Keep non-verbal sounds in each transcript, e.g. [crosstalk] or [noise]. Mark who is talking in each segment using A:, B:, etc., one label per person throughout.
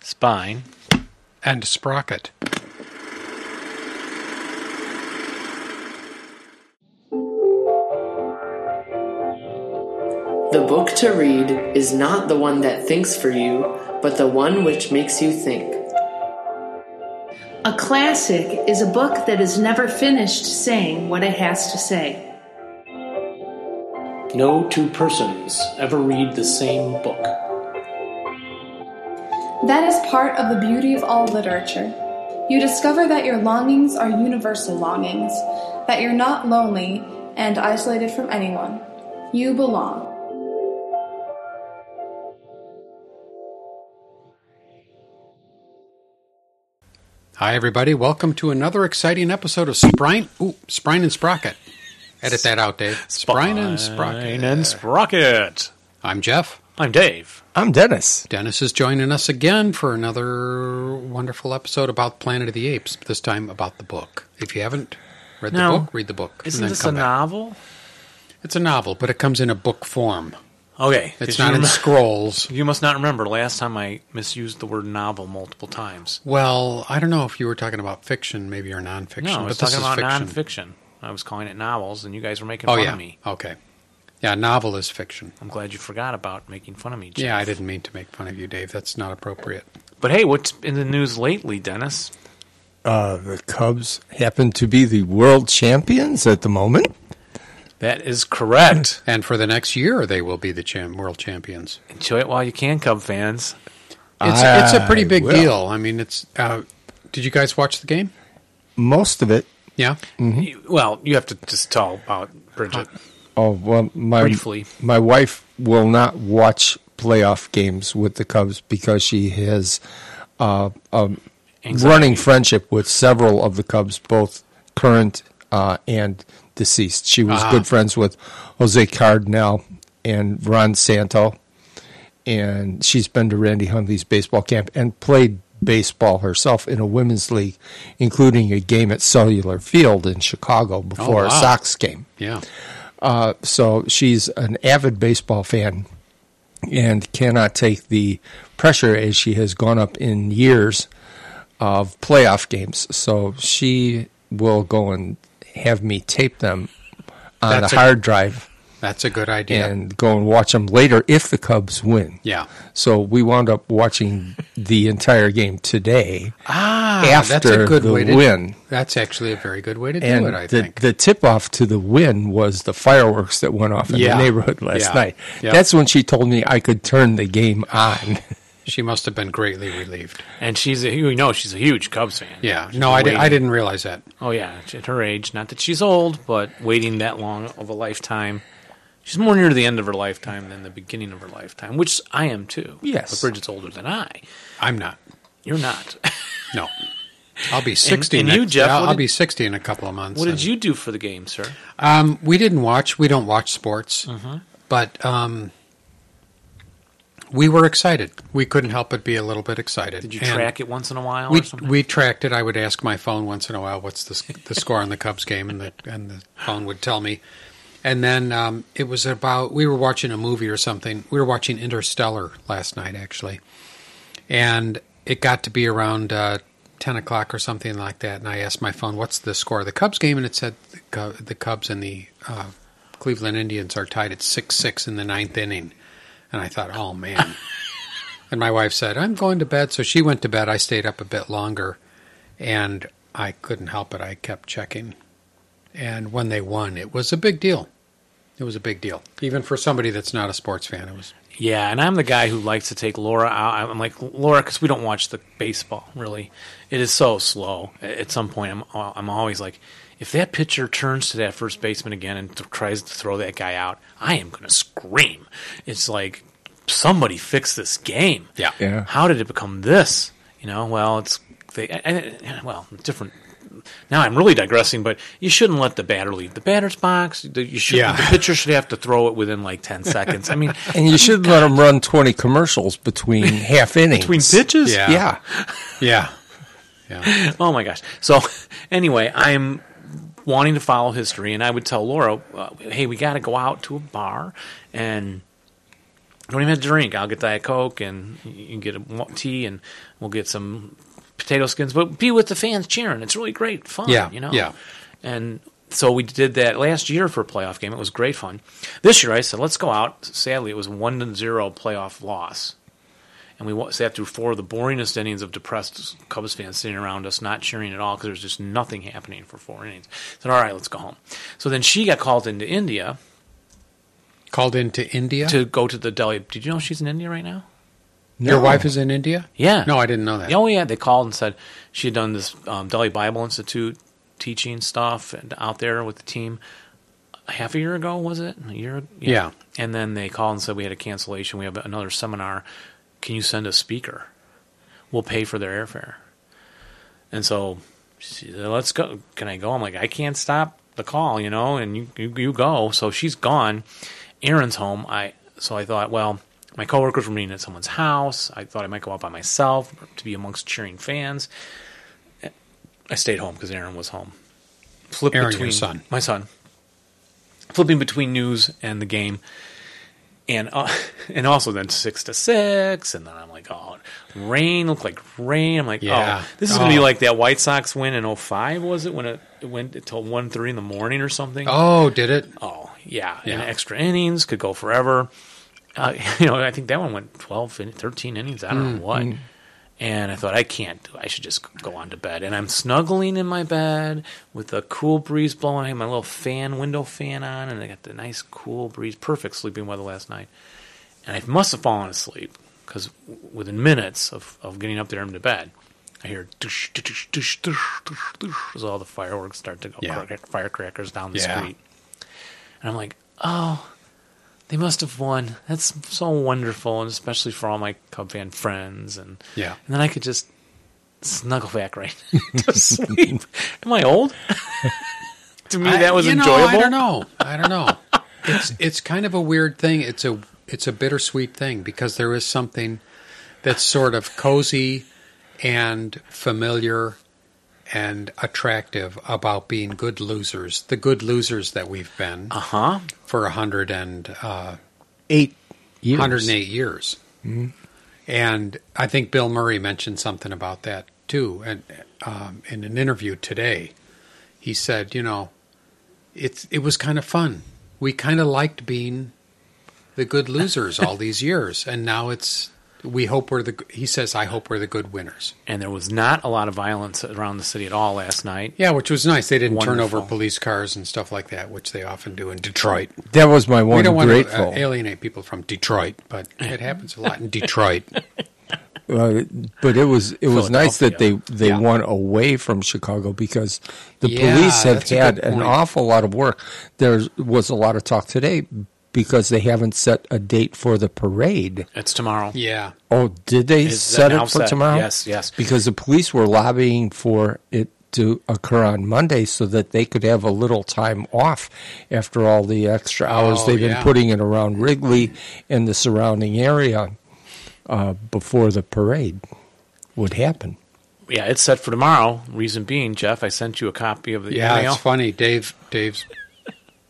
A: spine, and sprocket.
B: The book to read is not the one that thinks for you, but the one which makes you think.
C: A classic is a book that is never finished saying what it has to say.
D: No two persons ever read the same book.
E: That is part of the beauty of all literature. You discover that your longings are universal longings, that you're not lonely and isolated from anyone. You belong.
A: Hi, everybody. Welcome to another exciting episode of Sprine, ooh, Sprine and Sprocket. Edit that out, Dave. Sprine and Sprocket.
F: Spine and Sprocket.
A: I'm Jeff.
F: I'm Dave.
G: I'm Dennis.
A: Dennis is joining us again for another wonderful episode about Planet of the Apes, this time about the book. If you haven't read the
F: Now,
A: book, read the book. and
F: Isn't
A: then
F: this a
A: come back.
F: novel?
A: It's a novel, but it comes in a book form.
F: Okay.
A: It's
F: did you
A: not in
F: remem-
A: scrolls.
F: You must not remember last time I misused the word novel multiple times.
A: Well, I don't know if you were talking about fiction, maybe, or nonfiction.
F: No, I was
A: but
F: talking about
A: this is fiction.
F: nonfiction. I was calling it novels, and you guys were making
A: Oh,
F: fun
A: yeah.
F: of me.
A: Okay. Yeah, novel is fiction.
F: I'm glad you forgot about making fun of me. Jeff.
A: Yeah, I didn't mean to make fun of you, Dave. That's not appropriate.
F: But hey, what's in the news lately, Dennis?
G: Uh, the Cubs happen to be the world champions at the moment.
F: That is correct.
A: And for the next year, they will be the cham- world champions.
F: Enjoy it while you can, Cub fans.
A: It's, it's a pretty
G: I
A: big
G: will.
A: deal. I mean, it's. Uh, did you guys watch the game?
G: Most of it.
A: Yeah.
G: Mm.
A: Mm-hmm.
F: You- Well, you have to just tell about Bridget.
A: Uh,
G: Oh well, my
F: Briefly.
G: my wife will not watch playoff games with the Cubs because she has uh, a
F: Anxiety.
G: running friendship with several of the Cubs, both current uh, and deceased. She was good friends with Jose Cardinal and Ron Santo, and she's been to Randy Hundley's baseball camp and played baseball herself in a women's league, including a game at Cellular Field in Chicago before
A: wow.
G: a Sox game
A: Yeah.
G: Uh, so she's an avid baseball fan and cannot take the pressure as she has gone up in years of playoff games. So she will go and have me tape them on
A: That's
G: a
A: a-
G: hard drive
A: That's a good idea.
G: and go and watch them later if the Cubs win.
A: yeah.
G: So we wound up watching the entire game today
A: Ah, that's
G: after
A: a good
G: the
A: way to
G: win.
A: That's actually a very good way to do
G: and
A: it. I
G: the,
A: think.
G: the tip off to the win was the fireworks that went off in
A: Yeah.
G: the neighborhood last
A: Yeah.
G: night.
A: Yeah.
G: That's when she told me I could turn the game
A: [laughs]
G: on.
A: she must have been greatly relieved.
F: And she's a, you know, she's a huge Cubs fan.
A: Yeah. No, I, di- I didn't realize that.
F: Oh yeah, at her age, not that she's old, but waiting that long of a lifetime, she's more near the end of her lifetime than the beginning of her lifetime, which I am too.
G: Yes.
F: but Bridget's older than I.
A: I'm not.
F: You're not. [laughs]
A: No. I'll be 60
F: and
A: next,
F: you, Jeff,
A: I'll,
F: what
A: I'll
F: did-
A: be 60 in a couple of months.
F: what
A: and-
F: did you do for the game, sir?
A: Um, we didn't watch. We don't watch sports,
F: Mm-hmm.
A: but um, we were excited. We couldn't help but be a little bit excited.
F: Did you
A: And
F: track it once in a while?
A: We
F: or something?
A: we tracked it. I would ask my phone once in a while, "What's the sc- the score on the Cubs game?" and the and the phone would tell me. And then um, it was about we were watching a movie or something. We were watching Interstellar last night, actually, and it got to be around uh, ten o'clock or something like that. And I asked my phone, "What's the score of the Cubs game?" And it said the, Cub- the Cubs and the uh, Cleveland Indians are tied at six six in the ninth inning. And I thought, "Oh man." And my wife said, I'm going to bed. So she went to bed. I stayed up a bit longer and I couldn't help it. I kept checking. And when they won, it was a big deal. It was a big deal. Even for somebody that's not a sports fan, it was.
F: Yeah, and I'm the guy who likes to take Laura out. I'm like Laura because we don't watch the baseball really. It is so slow. At some point, I'm uh, I'm always like, if that pitcher turns to that first baseman again and th- tries to throw that guy out, I am gonna scream. It's like somebody fix this game.
A: Yeah.
G: Yeah.
F: How did it become this? You know, well, it's they. I, I, well, different. Now I'm really digressing, but you shouldn't let the batter leave the batter's box. You should.
A: Yeah.
F: The pitcher should have to throw it within like ten seconds. I mean,
G: [laughs] and you should let them run 20 commercials
A: [laughs]
G: between half innings.
F: between pitches.
A: Yeah.
G: Yeah.
A: Yeah. Yeah.
F: Oh my gosh. So [laughs] anyway, I'm wanting to follow history, and I would tell Laura, uh, "Hey, we got to go out to a bar and don't even have to drink. I'll get Diet Coke and you can get a wa- tea and we'll get some potato skins, but be with the fans cheering. It's really great fun,
A: Yeah,
F: you know?
A: yeah.
F: And so we did that last year for a playoff game. It was great fun. This year I said, let's go out. Sadly, it was 1 to 0 playoff loss. And we wa- sat through four of the boringest innings of depressed Cubs fans sitting around us, not cheering at all because there was just nothing happening for four innings. said, all right, let's go home. So then she got called into India
A: Called into India.
F: to go to the Delhi. Did you know she's in India right now?
A: Your wife is in India.
F: Yeah.
A: No, I didn't know that.
F: Oh yeah, they called and said she had done this um, Delhi Bible Institute teaching stuff and out there with the team. a Half a year ago was it? A year?
A: Yeah.
F: And then they called and said we had a cancellation. We have another seminar. Can you send a speaker? We'll pay for their airfare. And so she said, let's go. Can I go? I'm like, I can't stop the call, you know, and you, you, you go. So she's gone. Aaron's home. I So I thought, well, my coworkers were meeting at someone's house. I thought I might go out by myself to be amongst cheering fans. I stayed home because Aaron was home. Flip
A: Aaron, your son.
F: My son. Flipping between news and the game and uh, [laughs] and also then six to six, and then I'm like, oh, rain looked like rain. I'm like,
A: Yeah.
F: oh, this is gonna be
A: Oh.
F: like that White Sox win in 05, was it when it, it went until one three in the morning or something?
A: Oh, did it?
F: Oh, yeah, and
A: Yeah.
F: extra innings could go forever. Uh, [laughs] you know, I think that one went 12, in- 13 innings. I
A: Mm,
F: don't know what. And I thought I can't. do I should just go on to bed. And I'm snuggling in my bed with a cool breeze blowing. I had my little fan, window fan on, and I got the nice cool breeze. Perfect sleeping weather last night. And I must have fallen asleep because within minutes of, of getting up there into bed, I hear doosh, doosh, doosh, doosh, doosh, doosh, as all the fireworks start to go,
A: Yeah.
F: crack- firecrackers down the
A: Yeah.
F: street. And I'm like, oh, they must have won. That's so wonderful, and especially for all my Cub fan friends. And
A: Yeah.
F: and then I could just snuggle back
A: [laughs]
F: right [laughs] to sleep. Am I old? to me, that was
A: I, you know,
F: enjoyable.
A: I don't know. I don't know. it's it's kind of a weird thing. It's a it's a bittersweet thing because there is something that's sort of cozy and familiar and attractive about being good losers. The good losers that we've been
F: Uh huh.
A: for a hundred and uh,
G: Eight years. Mm-hmm.
A: 108 years. And I think Bill Murray mentioned something about that too. And um, in an interview today, he said, you know, it's it was kind of fun. We kind of liked being the good losers
G: [laughs]
A: all these years, and now it's we hope we're the. He says, I hope we're the good winners.
F: And there was not a lot of violence around the city at all last night.
A: Yeah, which was nice. They didn't turn over
F: Wonderful.
A: police cars and stuff like that, which they often do in Detroit.
G: That was my
A: We
G: one
A: don't want
G: grateful.
A: to uh, alienate people from Detroit, but it happens a lot
G: [laughs]
A: in Detroit.
G: Uh, but it was it was nice that they they
A: Yeah.
G: won away from Chicago because the
A: Yeah,
G: police have
A: that's a
G: had
A: good
G: an
A: point.
G: awful lot of work. There was a lot of talk today because they haven't set a date for the parade.
F: It's tomorrow.
A: Yeah.
G: Oh, did they
F: Is that
G: set
F: now
G: it for
F: set?
G: tomorrow?
F: Yes, yes.
G: Because the police were lobbying for it to occur on Monday so that they could have a little time off after all the extra hours
A: Oh,
G: they've been
A: yeah.
G: putting it around Wrigley and the surrounding area uh, before the parade would happen.
F: Yeah, it's set for tomorrow. Reason being, Jeff, I sent you a copy of the
A: Yeah,
F: email
A: it's funny. Dave, Dave's,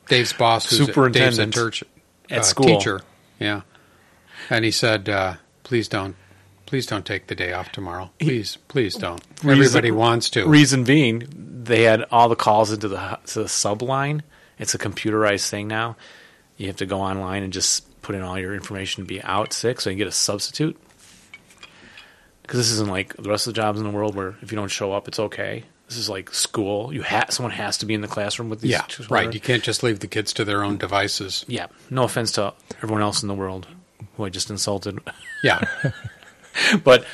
A: Dave's boss, who's Dave's a
F: Superintendent
A: church
F: at
A: uh,
F: school.
A: teacher. Yeah, and he said, uh, "Please don't, please don't take the day off tomorrow. Please, please don't. Everybody
F: Reason-
A: wants to.
F: Reason being, they had all the calls into the, to the subline. It's a computerized thing now. You have to go online and just put in all your information to be out sick so you can get a substitute. Because this isn't like the rest of the jobs in the world where if you don't show up, it's okay. This is like school. You ha- someone has to be in the classroom with these.
A: yeah,
F: children.
A: right. You can't just leave the kids to their own devices.
F: Yeah. No offense to everyone else in the world who I just insulted. [laughs]
A: Yeah,
F: but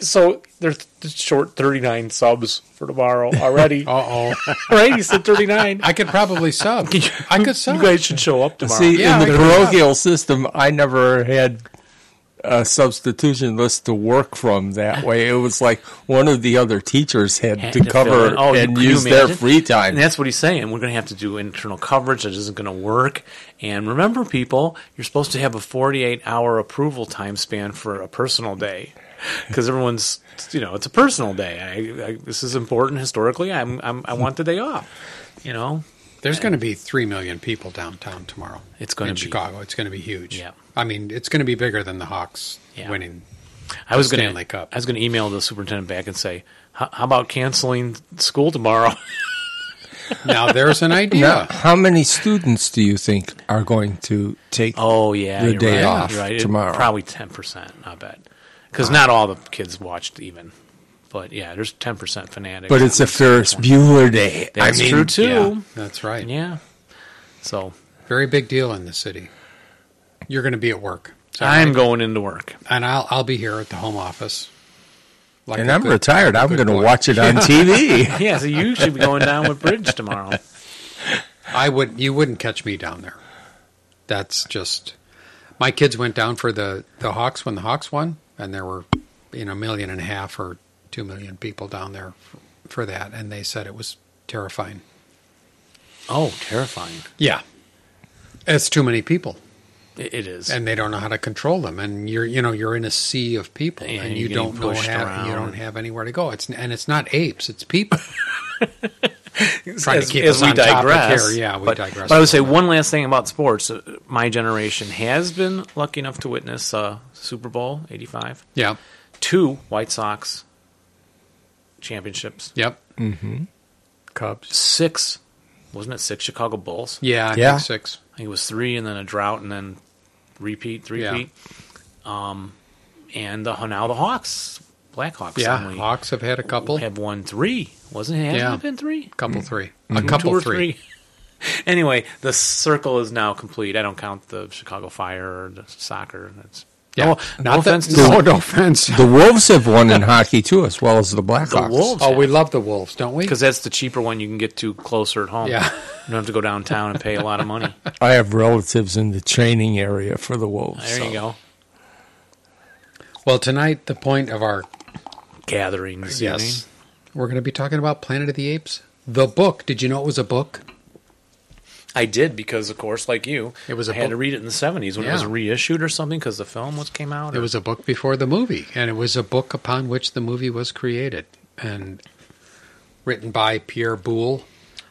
F: so there's short 39 subs for tomorrow
A: [laughs]
F: already.
A: uh oh.
F: right? He said 39.
A: I could probably sub. I could sub.
F: You guys should show up tomorrow.
G: See,
A: Yeah,
G: in the
A: I agree.
G: parochial system, I never had a substitution list to work from that way. It was like one of the other teachers had,
F: Had
G: to,
F: fill
G: cover
F: in. Oh, you-
G: and
F: can you
G: use their
F: imagine?
G: free time.
F: And that's what he's saying. We're going to have to do internal coverage. That isn't going to work. And remember, people, you're supposed to have a 48 hour approval time span for a personal day because everyone's, you know, it's a personal day. I, I, this is important historically. I'm, I'm, I want the day off, you know?
A: There's going to be three million people downtown tomorrow.
F: It's gonna
A: in
F: be-
A: Chicago. It's going to be huge.
F: Yeah.
A: I mean, it's going to be bigger than the Hawks
F: Yeah.
A: winning.
F: I was going
A: Stanley
F: to
A: Cup.
F: I was going to email the superintendent back and say, "How how about canceling school tomorrow?"
A: Now
F: [laughs]
A: there's an
G: Now,
A: idea.
G: how many students do you think are going to take?
F: Oh yeah,
G: The
F: you're
G: day
F: right.
G: off
F: You're right. It-
G: tomorrow.
F: probably ten percent. I bet because not all the kids watched even, but yeah, there's ten percent fanatics.
G: but it's a Ferris Bueller Day.
F: That's
G: I mean,
F: true too.
A: That's right.
F: Yeah. So
A: Very big deal in the city. You're going to be at work. Is that
F: I'm
A: right?
F: going into work.
A: and I'll I'll be here at the home office. Like
G: and
A: a
G: I'm
A: good-
G: retired. I'm
A: good
G: going to
A: boy.
G: watch it on
F: [laughs] [laughs]
G: TV.
F: Yeah, so you should be going down with Bridge tomorrow.
A: I would. You wouldn't catch me down there. That's just. My kids went down for the the Hawks when the Hawks won, and there were, you know, a million and a half or two million people down there for, for that, and they said it was terrifying.
F: Oh, terrifying!
A: Yeah, it's too many people,
F: It, it is.
A: and they don't know how to control them, and you're you know you're in a sea of people,
F: Yeah,
A: and
F: you're
A: you don't
F: getting
A: know
F: pushed
A: have, you
F: around.
A: don't have anywhere to go. It's and it's not apes, it's
F: [laughs]
A: people. trying to
F: as,
A: keep
F: as
A: us
F: we
A: on topic
F: digress.
A: here, yeah, we
F: but,
A: digress
F: But I
A: a
F: would say one last thing about sports. Uh, My generation has been lucky enough to witness uh, Super Bowl '85,
A: yeah.
F: two White Sox championships,
A: Yep. Mm-hmm. Cubs.
F: six, wasn't it six Chicago Bulls?
A: Yeah. I
G: Yeah.
A: Think six.
F: I think it was three, and then a drought, and then repeat, three
A: Yeah.
F: repeat. Um, and the, now the Hawks, Blackhawks,
A: Yeah.
F: suddenly
A: Hawks have had a couple.
F: have won three. Wasn't it? Hasn't
A: Yeah.
F: it been three?
A: couple 3 A couple
F: mm. Mm-hmm. two or
A: three.
F: three. [laughs] anyway, the circle is now complete. I don't count the Chicago Fire or the soccer. That's
A: Yeah.
F: no, no
A: Not that-
F: offense to
A: no,
F: the,
A: no offense.
G: the Wolves have won in hockey too, as well as the Blackhawks.
F: the Wolves.
A: Oh, we love the Wolves, don't we?
F: because that's the cheaper one you can get to closer at home.
A: Yeah.
F: you don't have to go downtown and pay a lot of
A: [laughs]
F: money.
G: I have relatives in the training area for the Wolves.
F: There
G: so-
F: you go.
A: Well, tonight the point of our
F: Gatherings. you mean?
A: yes, we're going to be talking about Planet of the Apes, the book. Did you know it was a book?
F: I did because, of course, like you,
A: It was a
F: I had
A: book.
F: to read it in the seventies when it was
A: Yeah.
F: reissued or something because the film was came out.
A: It
F: or-
A: was a book before the movie, and it was a book upon which the movie was created, and written by Pierre Boulle,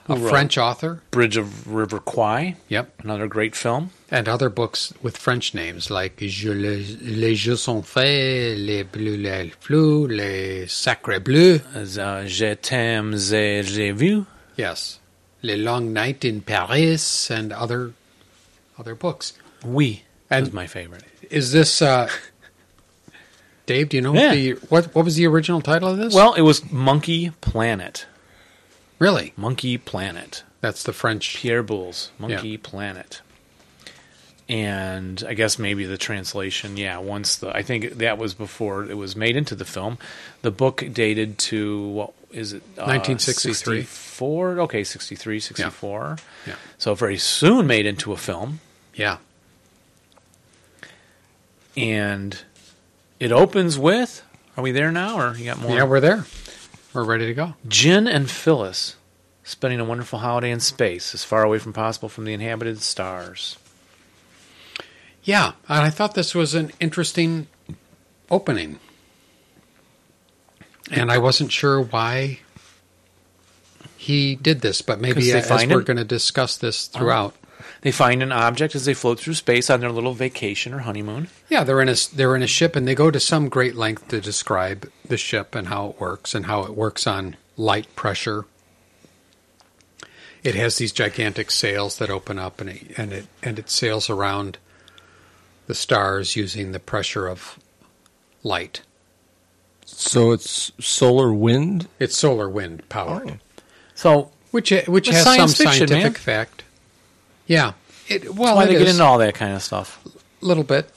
A: a
F: Who wrote-
A: French author.
F: Bridge of River Kwai,
A: Yep.
F: another great film.
A: and other books with French names like Je le, Les Jeux sont faits, Les Bleus, Les Flous, Les Sacrés Bleus.
F: As, uh, Je t'aime, j'ai j'ai vu.
A: Yes. Les Long Night in Paris and other other books.
F: Oui,
A: And-
F: was my favorite.
A: Is this uh Dave, do you know
F: Yeah.
A: what the what what was the original title of this?
F: Well, it was Monkey Planet.
A: really.
F: Monkey Planet.
A: That's the French
F: Pierre Boules, Monkey Planet. And I guess maybe the translation, yeah, once the I think that was before it was made into the film. The book dated to what is it? Uh,
A: 1963.
F: 64? Okay, 63, 64.
A: Yeah.
F: So very soon made into a film
A: Yeah.
F: and it opens with are we there now or you got more?
A: Yeah, we're there. We're ready to go.
F: Jin and Phyllis spending a wonderful holiday in space, as far away from possible from the inhabited stars.
A: Yeah, and I thought this was an interesting opening. And I wasn't sure why he did this, but
F: 'Cause
A: maybe
F: they
A: as
F: find
A: we're
F: him? Uh-huh.
A: going to discuss this throughout.
F: They find an object as they float through space on their little vacation or honeymoon.
A: Yeah, they're in a s- they're in a ship, and they go to some great length to describe the ship and how it works and how it works on light pressure. It has these gigantic sails that open up, and it and it and it sails around the stars using the pressure of light.
G: So it's solar wind.
A: It's solar wind powered,
F: So
A: which which
F: It's
A: has some
F: science fiction,
A: scientific
F: man.
A: fact. Yeah, it, well,
F: why
A: it
F: they get
A: is,
F: into all that kind of stuff?
A: a little bit.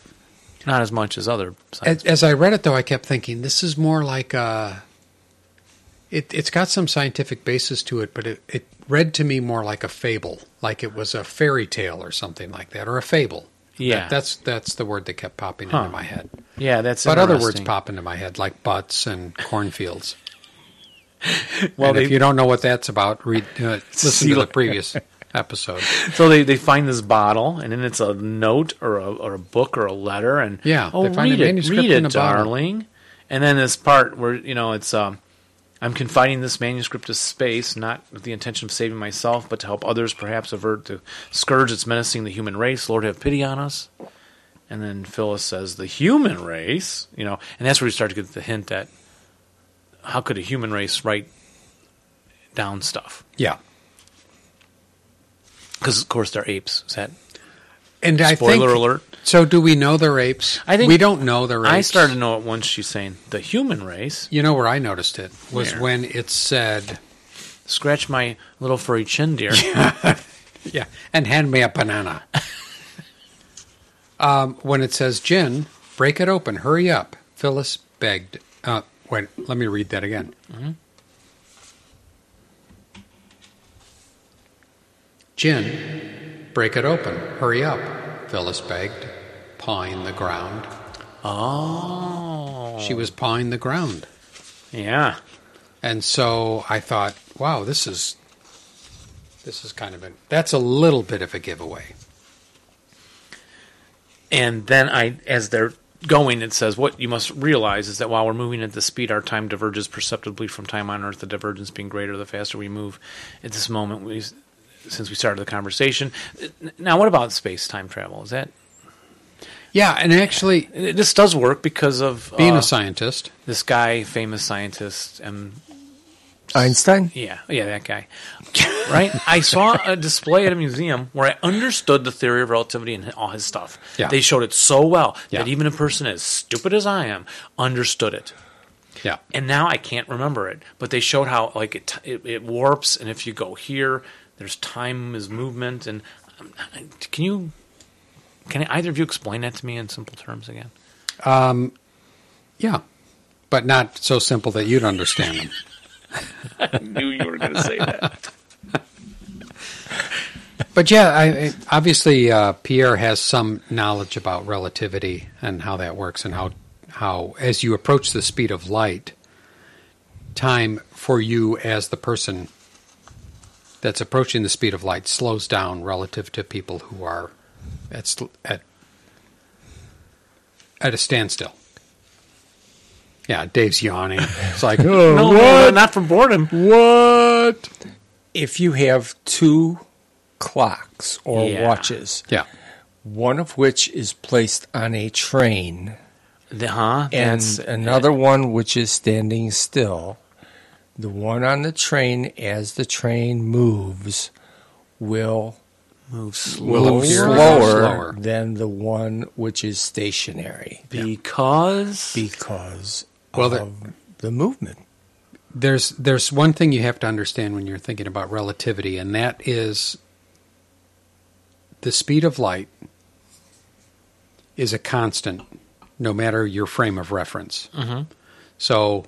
F: Not as much as other.
A: As, as I read it, though, I kept thinking this is more like a. It, it's got some scientific basis to it, but it, it read to me more like a fable, like it was a fairy tale or something like that, or a fable.
F: Yeah.
A: That- that's that's the word that kept popping
F: Huh.
A: into my head.
F: yeah, that's.
A: But other words
F: interesting.
A: pop into my head, like butts and cornfields.
F: [laughs] Well,
A: and if
F: they-
A: you don't know what that's about, read uh,
F: [laughs]
A: listen
F: See
A: to the
F: what-
A: previous [laughs] episode.
F: So they, they find this bottle, and then it's a note or a, or a book or a letter, and
A: Yeah,
F: oh,
A: they find a
F: read it,
A: manuscript
F: read
A: in
F: it,
A: a bottle.
F: darling. And then this part where you know it's um, I'm confiding this manuscript to space, not with the intention of saving myself, but to help others perhaps avert the scourge that's menacing the human race. Lord, have pity on us. And then Phyllis says, the human race? You know, and that's where you start to get the hint that how could a human race write down stuff?
A: Yeah.
F: Because, of course, they're apes. Is that
A: And I
F: spoiler
A: think,
F: alert?
A: So do we know they're apes?
F: I think-
A: we don't know they're apes.
F: I started to know it once she's saying, the human race?
A: You know where I noticed it was
F: Where?
A: when it said,
F: Scratch my little furry chin,
A: [laughs]
F: dear.
A: "Yeah," and hand me a banana. um, when it says, "Gin, break it open, hurry up," Phyllis begged. Uh, wait, let me read that again. Gin, break it open, hurry up, Phyllis begged, pawing the ground.
F: Oh.
A: She was pawing the ground.
F: Yeah.
A: And so I thought, wow, this is this is kind of a that's a little bit of a giveaway.
F: And then I, as they're going, it says, "What you must realize is that while we're moving at the speed, our time diverges perceptibly from time on Earth. The divergence being greater the faster we move. At this moment, we, since we started the conversation, now what about space time travel? Is that
A: Yeah, and actually
F: this does work because of
A: being
F: uh,
A: a scientist,
F: this guy, famous scientist, and
G: Einstein?
F: Yeah, yeah, that guy. right? I saw a display at a museum where I understood the theory of relativity and all his stuff.
A: Yeah.
F: They showed it so well that
A: Yeah.
F: even a person as stupid as I am understood it.
A: yeah.
F: And now I can't remember it, but they showed how like it it, it warps and if you go here, there's time is movement and um, can you can either of you explain that to me in simple terms again?
A: Yeah. But not so simple that you'd understand them.
H: knew you were going to say that.
A: [laughs] But yeah, I, I- obviously uh, Pierre has some knowledge about relativity and how that works, and how how as you approach the speed of light, time for you as the person that's approaching the speed of light slows down relative to people who are at sl- at at a standstill. Yeah, Dave's yawning. It's like, [laughs]
F: No, no, not from boredom.
G: What? If you have two clocks or
F: Yeah.
G: watches,
A: yeah,
G: one of which is placed on a train
F: The, huh?
G: and
F: That's-
G: another one which is standing still, the one on the train as the train moves will
F: move slow.
A: Will
G: move
A: appear to go
G: slower,
A: slower.
G: than the one which is stationary
F: because
G: because
A: Well,
G: of
A: the-
G: the movement.
A: there's there's one thing you have to understand when you're thinking about relativity, and that is the speed of light is a constant, no matter your frame of reference. So,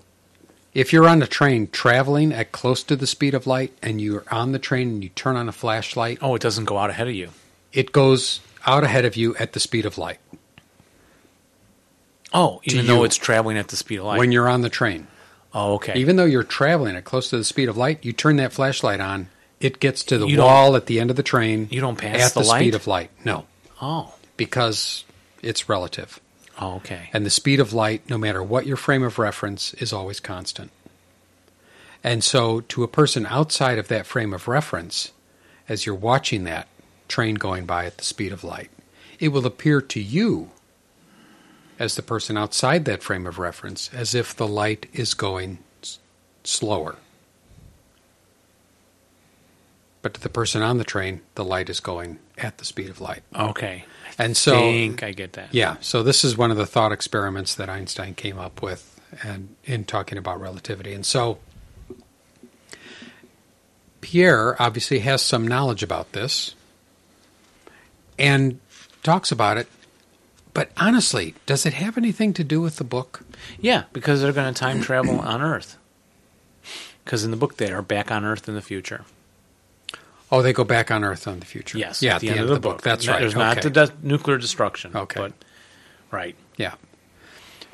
A: if you're on a train traveling at close to the speed of light, and you're on the train and you turn on a flashlight,
F: oh, it doesn't go out ahead of you.
A: it goes out ahead of you at the speed of light
F: Oh,
A: to
F: even though
A: you.
F: it's traveling at the speed of light.
A: when you're on the train.
F: oh, okay.
A: Even though you're traveling at close to the speed of light, you turn that flashlight on. It gets to the
F: You don't-
A: wall at the end of the train.
F: You don't pass
A: at
F: the
A: the,
F: light?
A: speed of light. No,
F: oh,
A: because it's relative,
F: oh, okay.
A: and the speed of light, no matter what your frame of reference, is always constant. And so, to a person outside of that frame of reference, as you're watching that train going by at the speed of light, it will appear to you, as the person outside that frame of reference, as if the light is going s- slower. But to the person on the train, the light is going at the speed of light.
F: okay.
A: And so,
F: I think I get that.
A: yeah, so this is one of the thought experiments that Einstein came up with and in talking about relativity. And so Pierre obviously has some knowledge about this and talks about it. But honestly, does it have anything to do with the book?
F: Yeah, because they're going to time travel on Earth. Because in the book, they are back on Earth in the future.
A: Oh, they go back on Earth on the future.
F: Yes.
A: Yeah, at the, end, of the book. That's
F: No,
A: right.
F: There's not
A: Okay.
F: the de- nuclear destruction.
A: Okay.
F: But, right.
A: yeah.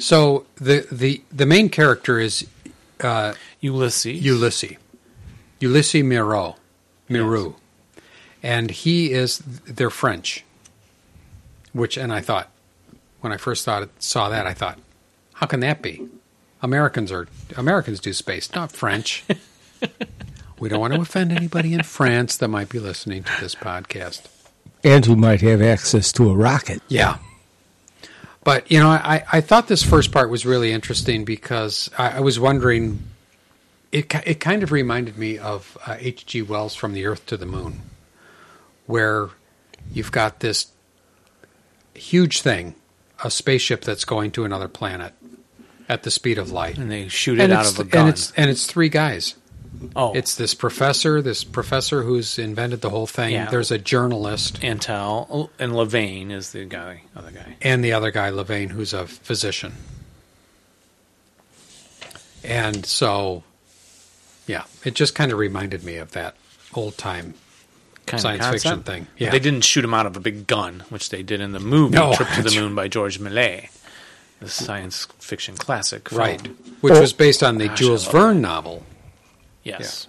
A: So the, the the main character is
F: Ulysses.
A: Ulysses. Ulysses Miro, Miru. And he is they're French. Which and I thought when I first thought saw that I thought, how can that be? Americans are Americans do space, not French. we don't want to offend anybody in France that might be listening to this podcast.
G: and who might have access to a rocket.
A: Yeah. But, you know, I, I thought this first part was really interesting because I, I was wondering, it, ki- it kind of reminded me of uh, H.G. Wells' From the Earth to the Moon, where you've got this huge thing, a spaceship that's going to another planet at the speed of light.
F: and they shoot it out
A: it's
F: of a
A: th-
F: gun.
A: and it's and it's three guys.
F: oh,
A: It's this professor, this professor who's invented the whole thing.
F: Yeah.
A: There's a journalist
F: Antel and Levain is the guy, other guy.
A: and the other guy, Levain, who's a physician. And so, yeah, it just kind of reminded me of that old time.
F: Kind
A: Science fiction thing, yeah.
F: They didn't shoot him out of a big gun, which they did in the movie
A: No.
F: "Trip to the Moon" by George Millet, the science fiction classic. film.
A: Right. Which was based on the
F: Gosh, I
A: Jules
F: love
A: Verne novel.
F: Yes.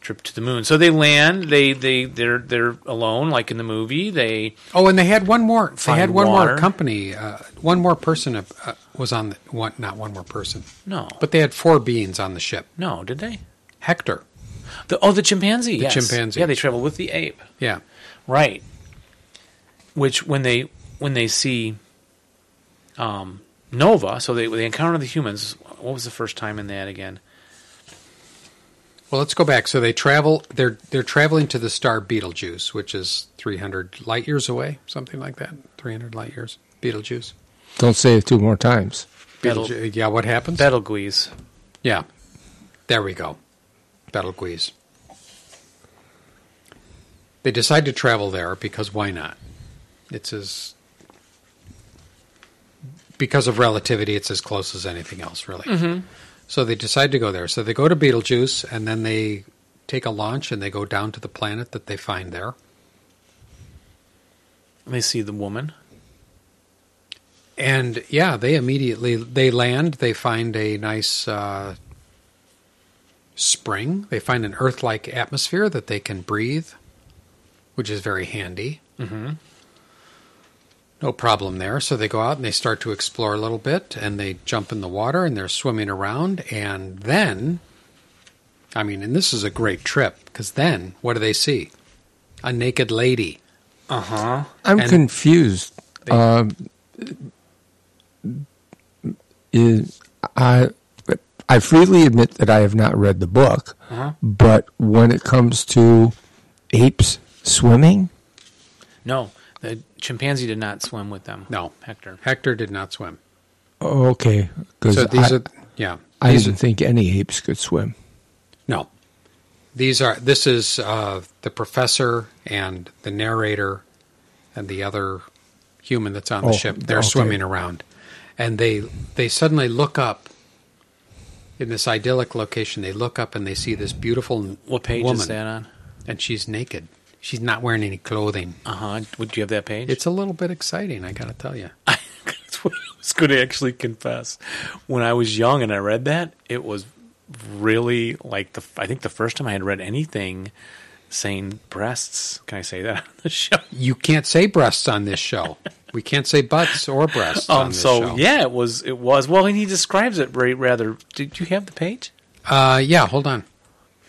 F: Trip to the moon. So they land. They they they're they're alone, like in the movie. They
A: Oh, and they had one more. They
F: Find
A: had one
F: water.
A: more company. Uh, one more person uh, uh, was on the one. Not one more person,
F: no,
A: but they had four beings on the ship.
F: no, did they?
A: Hector.
F: The, oh, the chimpanzee. The yes.
A: chimpanzee.
F: Yeah, they travel with the ape.
A: Yeah.
F: Right. Which when they when they see um, Nova, so they they encounter the humans. What was the first time in that again?
A: Well, let's go back. So they travel. They're they're traveling to the star Betelgeuse, which is 300 light years away, something like that. 300 light years. Betelgeuse.
G: Don't say it two more times.
F: Betel-
A: Betelge- yeah. What happens?
F: Betelgeuse.
A: yeah. There we go. Betelgeuse. They decide to travel there because why not? It's as because of relativity, it's as close as anything else, really. So they decide to go there. So they go to Betelgeuse, and then they take a launch and they go down to the planet that they find there.
F: And they see the woman.
A: And yeah, they immediately they land. They find a nice uh, spring. They find an Earth-like atmosphere that they can breathe, which is very handy. Mm-hmm. No problem there. So they go out and they start to explore a little bit, and they jump in the water and they're swimming around. And then, I mean, and this is a great trip because then what do they see? A naked lady.
F: Uh huh.
G: I'm
A: And-
G: confused. Um, is I I freely admit that I have not read the book, but when it comes to apes swimming,
F: No, the chimpanzee did not swim with them.
A: No.
F: Hector.
A: Hector did not swim.
G: oh, okay, because
A: So these
G: I,
A: are yeah.
G: I
A: these
G: didn't think any apes could swim.
A: No. These are this is uh, the professor and the narrator and the other human that's on the
G: Oh,
A: ship. They're
G: okay.
A: swimming around, and they they suddenly look up in this idyllic location. They look up and they see this beautiful
F: What page
A: woman,
F: is that on?
A: and she's naked. She's not wearing any clothing.
F: Uh huh. Would you have that page? [laughs]
A: It's a little bit exciting, I gotta tell you.
F: I was going to actually confess. When I was young and I read that, it was really like the. I think the first time I had read anything saying breasts. Can I say that [laughs] on the show?
A: You can't say breasts on this show. we can't say butts or breasts.
F: [laughs]
A: on
F: Um.
A: this
F: So
A: show.
F: yeah, it was. It was. Well, and he describes it very rather. Did you have the page?
A: Uh, yeah, hold on.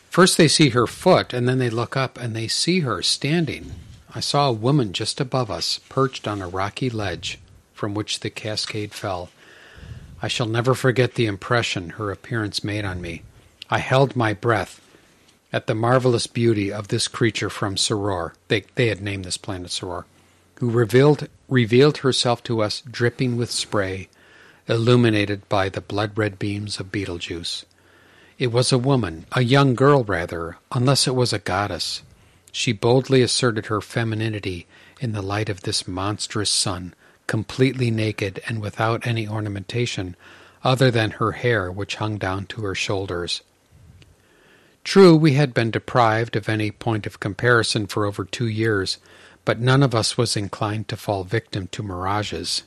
A: First, they see her foot, and then they look up and they see her standing. I saw a woman just above us, perched on a rocky ledge from which the cascade fell. I shall never forget the impression her appearance made on me. I held my breath at the marvelous beauty of this creature from Soror. They, they had named this planet Soror, who revealed, revealed herself to us dripping with spray, illuminated by the blood red beams of Betelgeuse. It was a woman, a young girl rather, unless it was a goddess. She boldly asserted her femininity in the light of this monstrous sun, completely naked and without any ornamentation other than her hair which hung down to her shoulders. True, we had been deprived of any point of comparison for over two years, but none of us was inclined to fall victim to mirages.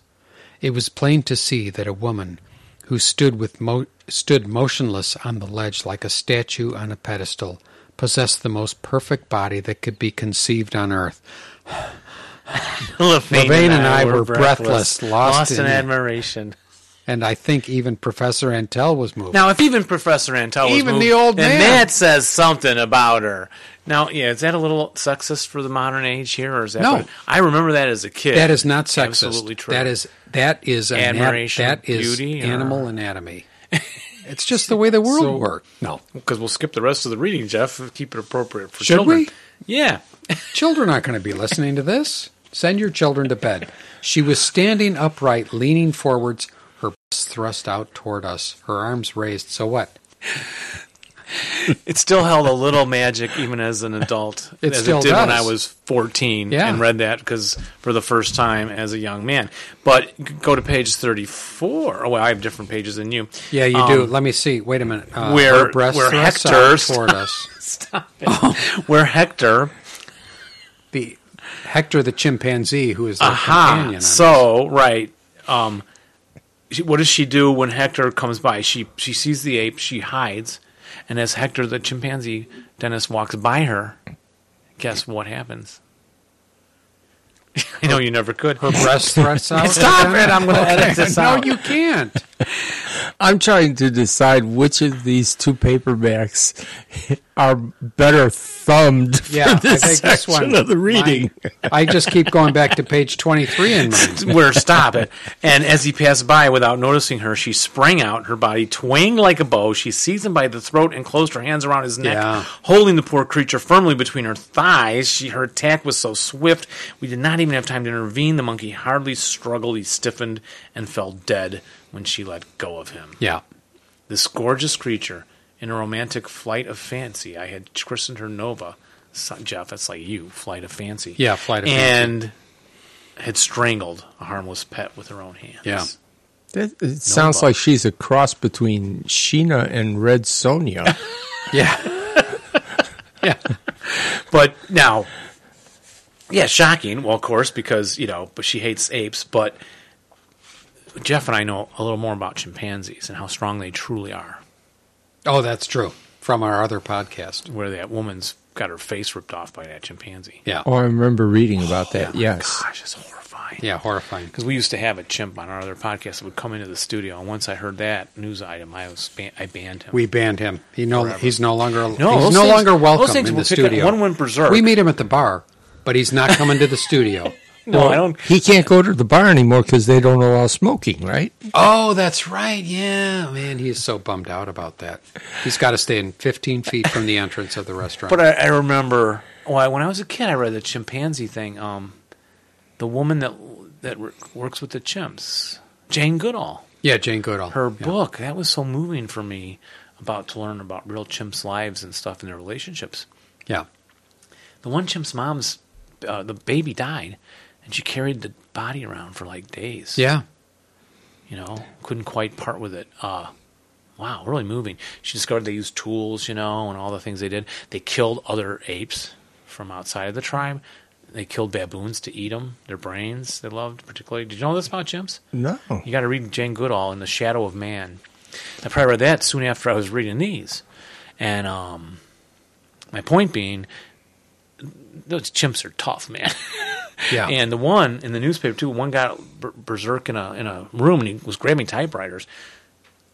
A: It was plain to see that a woman, who stood with mo- stood motionless on the ledge like a statue on a pedestal, possessed the most perfect body that could be conceived on earth.
F: Levain
A: and I were breathless, lost
F: in,
A: in-
F: admiration.
A: And I think even Professor Antel was moved.
F: Now, if even Professor Antel was
A: Even
F: moved,
A: the old
F: then
A: man.
F: that says something about her. Now, yeah, is that a little sexist for the modern age here, or is that?
A: No.
F: what- I remember that as a kid.
A: that is not sexist.
F: Absolutely true.
A: That is that is ana-
F: Admiration,
A: that is
F: beauty, or-
A: animal anatomy. [laughs] it's just the way the world
F: So-
A: works. No,
F: because we'll skip the rest of the reading, Jeff. Keep it appropriate for
A: Should
F: children.
A: we?
F: Yeah.
A: Children aren't going to be listening to this. Send your children to bed. She was standing upright, leaning forwards, her breasts thrust out toward us, her arms raised. So what?
F: It still held a little magic even as an adult.
A: [laughs] It
F: as
A: still
F: it did when
A: does.
F: I was 14
A: Yeah.
F: and read that because for the first time as a young man. But go to page 34. Oh, well, I have different pages than you.
A: Yeah, you
F: Um,
A: do. Let me see. Wait a minute. Uh,
F: where-
A: her breasts
F: where
A: thrust
F: Hector-
A: out toward us.
F: Stop
A: [laughs]
F: it. Where Hector,
A: The Hector the chimpanzee, who is the
F: aha,
A: companion.
F: so right. Um, she- what does she do when Hector comes by? She she sees the ape, she hides, and as Hector the chimpanzee, Dennis walks by her. Guess what happens? [laughs] I know you never could.
A: her breasts thrust out.
F: [laughs] Stop it! I'm going to edit this
A: No,
F: out.
A: you can't.
G: I'm trying to decide which of these two paperbacks [laughs] are better thumbed
A: Yeah,
G: for this
A: I think this
G: section
A: one
G: of the reading.
A: mine- I just keep going back to page twenty-three in mine.
F: [laughs] where stop it. And as he passed by without noticing her, she sprang out, her body twanged like a bow. She seized him by the throat and closed her hands around his neck,
A: Yeah.
F: holding the poor creature firmly between her thighs. She, her attack was so swift, we did not even have time to intervene. The monkey hardly struggled. He stiffened and fell dead when she let go of him.
A: Yeah,
F: This gorgeous creature, in a romantic flight of fancy, I had christened her Nova. So, Jeff, that's like you, flight of fancy.
A: Yeah, flight of
F: and fancy. And had strangled a harmless pet with her own hands.
A: Yeah.
G: That, it sounds like she's a cross between Sheena and Red Sonia.
A: yeah, yeah.
F: But now, yeah, shocking. Well, of course, because you know, but she hates apes. But Jeff and I know a little more about chimpanzees and how strong they truly are.
A: Oh, that's true. From our other podcast.
F: Where that woman's got her face ripped off by that chimpanzee.
A: Yeah,
G: oh, I remember reading about
F: Oh,
G: that. yes.
F: Gosh, it's horrifying.
A: yeah. Horrifying.
F: because we used to have a chimp on our other podcast that would come into the studio, and once I heard that news item, I was ban- I banned him.
A: We banned him. He no. He's no longer.
F: No,
A: he's
F: those
A: no
F: things-
A: longer
F: those
A: welcome
F: things
A: in
F: were
A: the
F: picked up-
A: studio.
F: one went berserk.
A: We meet him at the bar, but he's not coming to the studio.
F: [laughs] no, I don't.
G: He can't go to the bar anymore because they don't allow smoking, right?
A: Oh, that's right. Yeah, man, he is so bummed out about that. He's got to stay in 15 feet from the entrance of the restaurant.
F: But I, I remember well, when I was a kid, I read the chimpanzee thing. Um, the woman that that r- works with the chimps, Jane Goodall,
A: yeah, Jane Goodall.
F: her
A: Yeah.
F: book that was so moving for me about to learn about real chimps' lives and stuff and their relationships.
A: Yeah.
F: The one chimp's mom's uh, the baby died, and she carried the body around for like days.
A: Yeah.
F: you know, couldn't quite part with it. Uh, wow, really moving. She discovered they used tools, you know, and all the things they did. They killed other apes from outside of the tribe. They killed baboons to eat them, their brains they loved particularly. Did you know this about chimps?
G: No.
F: You got to read Jane Goodall in The Shadow of Man. I probably read that soon after I was reading these. And um, my point being, those chimps are tough, man.
A: Yeah.
F: And the one in the newspaper too, one got ber- berserk in a in a room and he was grabbing typewriters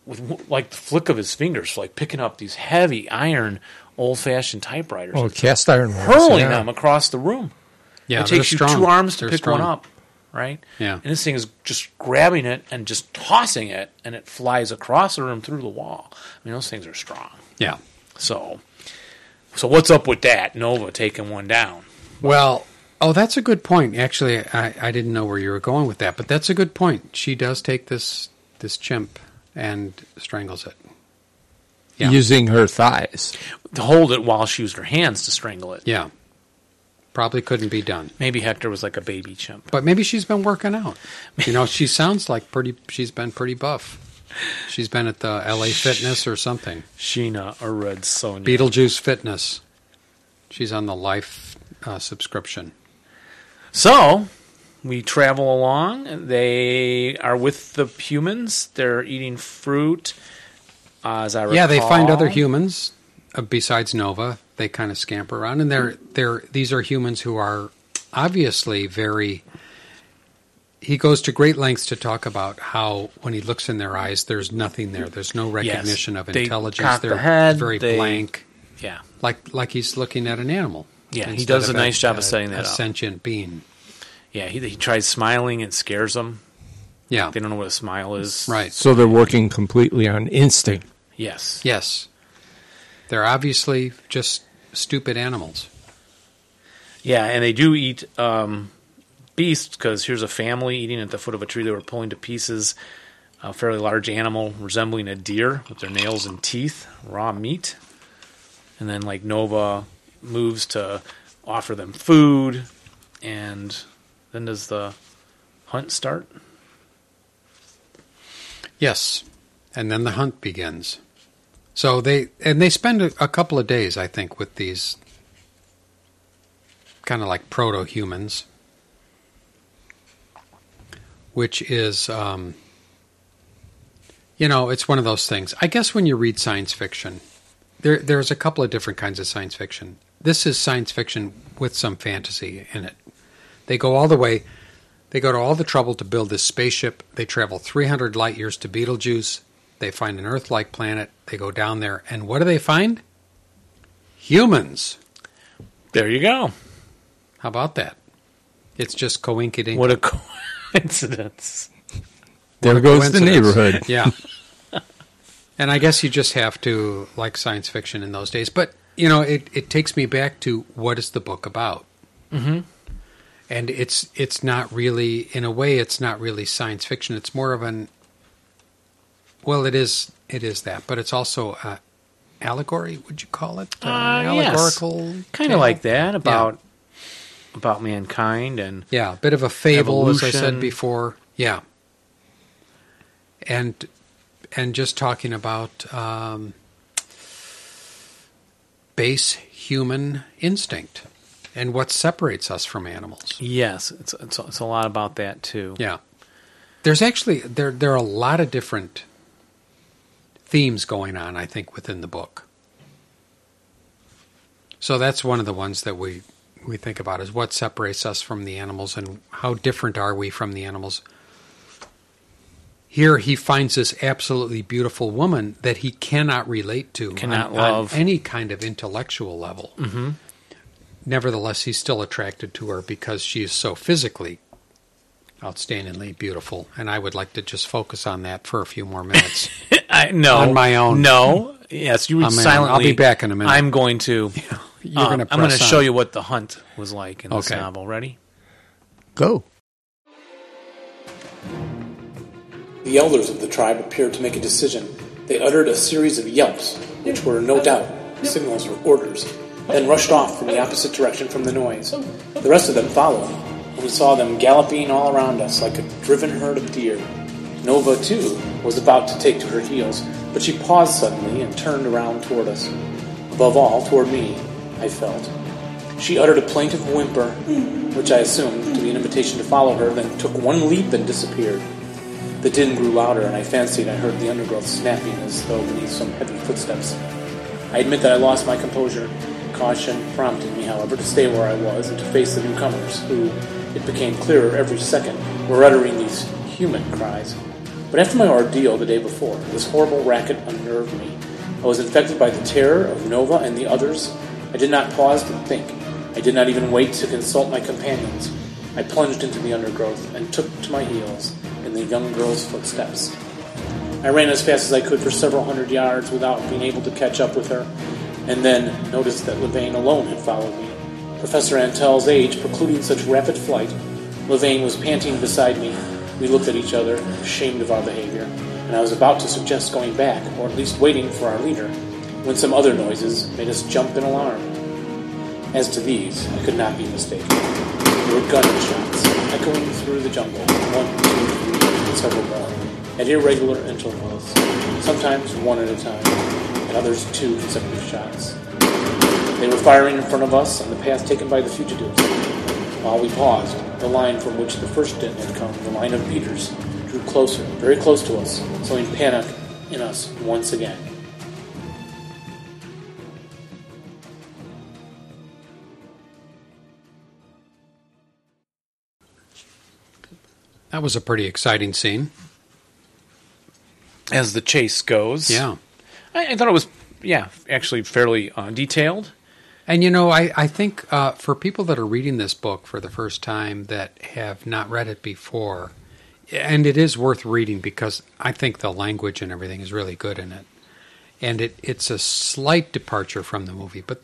F: with w- like the flick of his fingers, like picking up these heavy iron old fashioned typewriters,
G: Oh,
F: and
G: cast iron ones.
F: hurling
G: yeah.
F: them across the room.
A: yeah,
F: it
A: they're
F: takes you
A: strong.
F: two arms to
A: They're
F: pick one
A: strong.
F: up, right?
A: Yeah.
F: And this thing is just grabbing it and just tossing it, and it flies across the room through the wall. I mean, those things are strong.
A: Yeah.
F: So, so what's up with that? Nova taking one down.
A: Well, oh, that's a good point. Actually, I, I didn't know where you were going with that, but that's a good point. She does take this this chimp and strangles it. Yeah.
G: Using her thighs.
F: To hold it while she used her hands to strangle it.
A: Yeah. Probably couldn't be done.
F: Maybe Hector was like a baby chimp.
A: But maybe she's been working out. You know,
I: [laughs]
A: she sounds like pretty she's been pretty buff. She's been at the LA Fitness or something.
F: Sheena or Red Sonia.
A: Beetlejuice Fitness. She's on the life uh, subscription.
F: So we travel along. They are with the humans. They're eating fruit. Uh, as I recall.
A: Yeah, they find other humans uh, besides Nova. They kind of scamper around, and they're they're these are humans who are obviously very he goes to great lengths to talk about how when he looks in their eyes, there's nothing there. There's no recognition of
I: They
A: intelligence.
I: cock
A: They're
I: the head,
A: very
I: they-
A: blank,
I: Yeah.
A: like like he's looking at an animal.
I: Yeah, he
A: instead
I: does a
A: of
I: nice job of setting that
A: a
I: up.
A: sentient being.
I: Yeah. He, he tries smiling. It scares them.
A: Yeah,
I: They don't know what a smile is.
A: right.
G: So they're working completely on instinct.
I: Yes.
A: Yes, they're obviously just stupid animals.
I: Yeah, and they do eat um, beasts because here's a family eating at the foot of a tree. They were pulling to pieces a fairly large animal resembling a deer with their nails and teeth, raw meat. And then, like, Nova moves to offer them food. And then does the hunt start?
A: Yes, and then the hunt begins. So they and they spend a, a couple of days, I think, with these kind of like proto humans, which is, um, you know, it's one of those things. I guess when you read science fiction, there there's a couple of different kinds of science fiction. This is science fiction with some fantasy in it. They go all the way. They go to all the trouble to build this spaceship. They travel 300 light years to Betelgeuse. They find an Earth like planet. They go down there. And what do they find? Humans.
I: There you go.
A: How about that? It's just coinkydink.
I: What a [laughs] coincidence.
G: There
A: a
G: goes the
A: coincidence. [laughs]
G: neighborhood.
A: Yeah. and I guess you just have to like science fiction in those days. But, you know, it, it takes me back to what is the book about? Mm-hmm. And it's it's not really, in a way, it's not really science fiction. It's more of an, well, it is it is that, but it's also uh, allegory. Would you call it uh,
I: Uh, yes.
A: allegorical?
I: Kind
A: tale?
I: of like that about about mankind and
A: Yeah, a bit of a fable, as I
I: Evolution.
A: said before. Yeah, and and just talking about um, base human instinct and what separates us from animals.
I: yes, it's it's, it's a lot about that too.
A: Yeah, there's actually there there are a lot of different themes going on. I think within the book. So that's one of the ones that we we think about is what separates us from the animals and how different are we from the animals. Here he finds this absolutely beautiful woman that he cannot relate to
I: Cannot
A: on,
I: love.
A: on any kind of intellectual level. Mm-hmm. Nevertheless, he's still attracted to her because she is so physically outstandingly beautiful. And I would like to just focus on that for a few more minutes.
I: [laughs] I, no,
A: On my own.
I: No, yes, you were
A: On my own.
I: silently.
A: I'll be back in a minute.
I: I'm going to.
A: [laughs] You're
I: uh,
A: gonna
I: I'm going to
A: press on.
I: show you what the hunt was like in this
A: Okay.
I: novel. Ready?
G: Go.
F: The elders of the tribe appeared to make a decision. They uttered a series of yelps, which were no doubt signals or orders, then rushed off from the opposite direction from the noise. The rest of them followed, and we saw them galloping all around us like a driven herd of deer. Nova, too, was about to take to her heels, but she paused suddenly and turned around toward us. Above all, toward me, I felt. She uttered a plaintive whimper, which I assumed to be an invitation to follow her, then took one leap and disappeared. The din grew louder, and I fancied I heard the undergrowth snapping as though beneath some heavy footsteps. I admit that I lost my composure. Caution prompted me, however, to stay where I was and to face the newcomers, who, it became clearer every second, were uttering these human cries. But after my ordeal the day before, this horrible racket unnerved me. I was infected by the terror of Nova and the others. I did not pause to think. I did not even wait to consult my companions. I plunged into the undergrowth and took to my heels in the young girl's footsteps. I ran as fast as I could for several hundred yards without being able to catch up with her, and then noticed that Levain alone had followed me. Professor Antel's age precluding such rapid flight, Levain was panting beside me. We looked at each other, ashamed of our behavior, and I was about to suggest going back, or at least waiting for our leader, when some other noises made us jump in alarm. As to these, I could not be mistaken. There were gunshots echoing through the jungle, one, two, three, and several more, at irregular intervals, sometimes one at a time, and others two consecutive shots. They were firing in front of us on the path taken by the fugitives. While we paused, the line from which the first din had come, the line of beaters, drew closer, very close to us, sowing panic in us once again.
A: That was a pretty exciting scene.
D: as the chase goes.
A: Yeah.
D: I, I thought it was yeah actually fairly uh, detailed.
A: And you know, I, I think uh, for people that are reading this book for the first time that have not read it before, and it is worth reading because I think the language and everything is really good in it. And it, it's a slight departure from the movie, but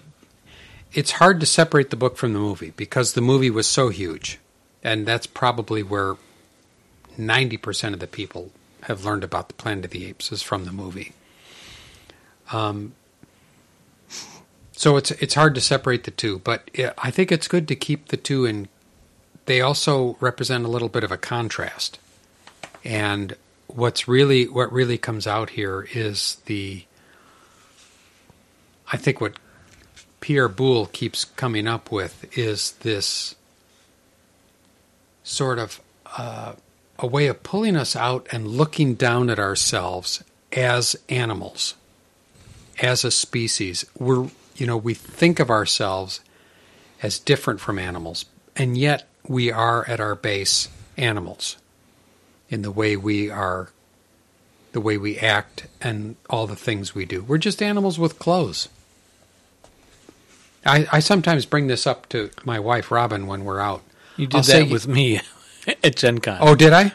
A: it's hard to separate the book from the movie because the movie was so huge. And that's probably where 90% of the people have learned about the Planet of the Apes is from the movie. Um, So it's it's hard to separate the two, but i I think it's good to keep the two in. They also represent a little bit of a contrast, and what's really what really comes out here is the. I think what Pierre Boulle keeps coming up with is this sort of uh, a way of pulling us out and looking down at ourselves as animals as a species we're you know we think of ourselves as different from animals and yet we are at our base animals in the way we are the way we act and all the things we do we're just animals with clothes i, I sometimes bring this up to my wife robin when we're out
D: You did
A: I'll
D: that
A: say-
D: with me at Gen Con.
A: oh did i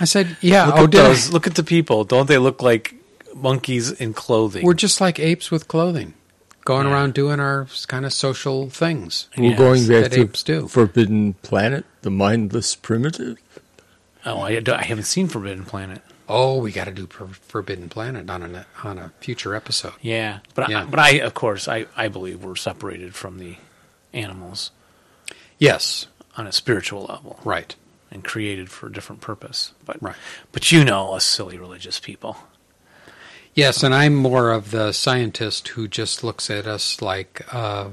A: i said yeah
D: look
A: oh
D: at
A: did I?"
D: those! Look at the people. Don't they look like monkeys in clothing?
A: we're just like apes with clothing going
D: Yeah.
A: around doing our kind of social things
G: We're
D: Yes,
G: going back
A: that apes
G: to
A: do.
G: Forbidden Planet, the mindless primitive.
D: oh, I, don't- I haven't seen Forbidden Planet.
A: Oh, we got to do For- Forbidden Planet on a on a future episode.
D: Yeah, but I,
A: Yeah.
D: but I of course I, I believe we're separated from the animals
A: Yes,
D: on a spiritual level
A: right.
D: and created for a different purpose. But
A: Right.
D: but you know us silly religious people.
A: Yes, and I'm more of the scientist who just looks at us like uh,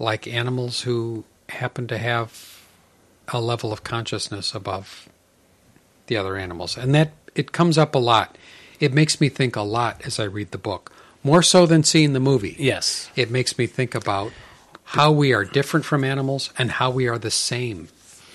A: like animals who happen to have a level of consciousness above the other animals, and that it comes up a lot. It makes me think a lot as I read the book, more so than seeing the movie.
D: Yes.
A: It makes me think about how we are different from animals and how we are the same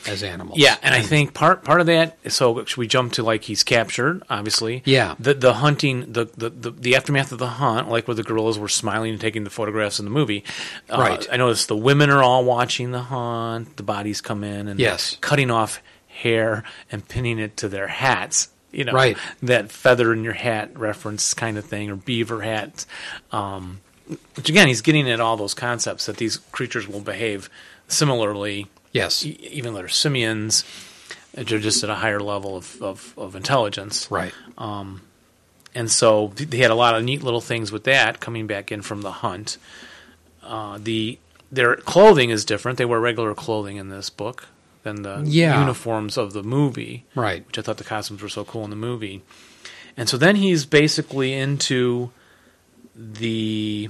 A: as animals.
D: Yeah, and I think part part of that. So should we jump to like he's captured? Obviously,
A: Yeah.
D: The the hunting, the the, the, the aftermath of the hunt, like where the gorillas were smiling and taking the photographs in the movie. Uh,
A: Right.
D: I noticed the women are all watching the hunt. The bodies come in and
A: Yes.
D: cutting off hair and pinning it to their hats. You know,
A: Right.
D: That feather in your hat reference kind of thing, or beaver hat. Um, which again, he's getting at all those concepts that these creatures will behave similarly
A: Yes.
D: e- even though they're simians, they're just at a higher level of, of, of intelligence.
A: Right.
D: And so th- they had a lot of neat little things with that coming back in from the hunt. Uh, the Their clothing is different. They wear regular clothing in this book than the
A: Yeah.
D: uniforms of the movie,
A: Right.
D: which I thought the costumes were so cool in the movie. And so then he's basically into the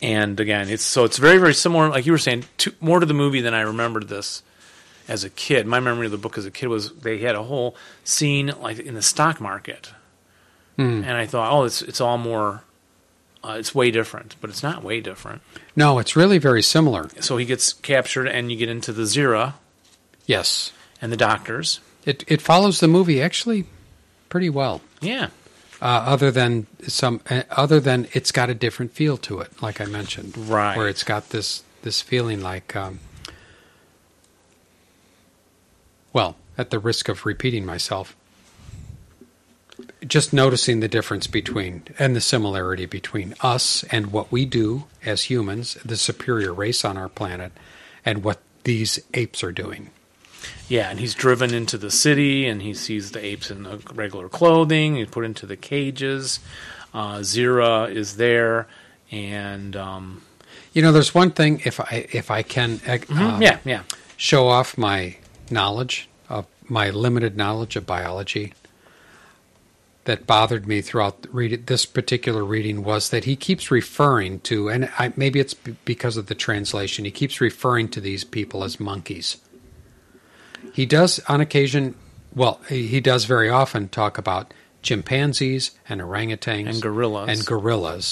D: and again it's so it's very very similar like you were saying to, more to the movie than i remembered this as a kid my memory of the book as a kid was they had a whole scene like in the stock market and i thought oh it's it's all more uh, it's way different but it's not way different
A: No, it's really very similar.
D: so he gets captured and you get into the zira
A: Yes.
D: and the doctors
A: It it follows the movie actually pretty well.
D: yeah
A: Uh, other than some uh, other than it's got a different feel to it like I mentioned.
D: Right.
A: Where it's got this this feeling like um, well, at the risk of repeating myself, just noticing the difference between and the similarity between us and what we do as humans, the superior race on our planet, and what these apes are doing.
D: yeah and he's driven into the city and he sees the apes in the regular clothing he's put into the cages uh, zira is there and um,
A: You know, there's one thing if I if I can uh, um,
D: Mm-hmm. yeah yeah
A: show off my knowledge of my limited knowledge of biology that bothered me throughout the read this particular reading was that he keeps referring to and I, maybe it's b- because of the translation he keeps referring to these people as monkeys he does on occasion well he he does very often talk about chimpanzees and orangutans
D: And gorillas.
A: and gorillas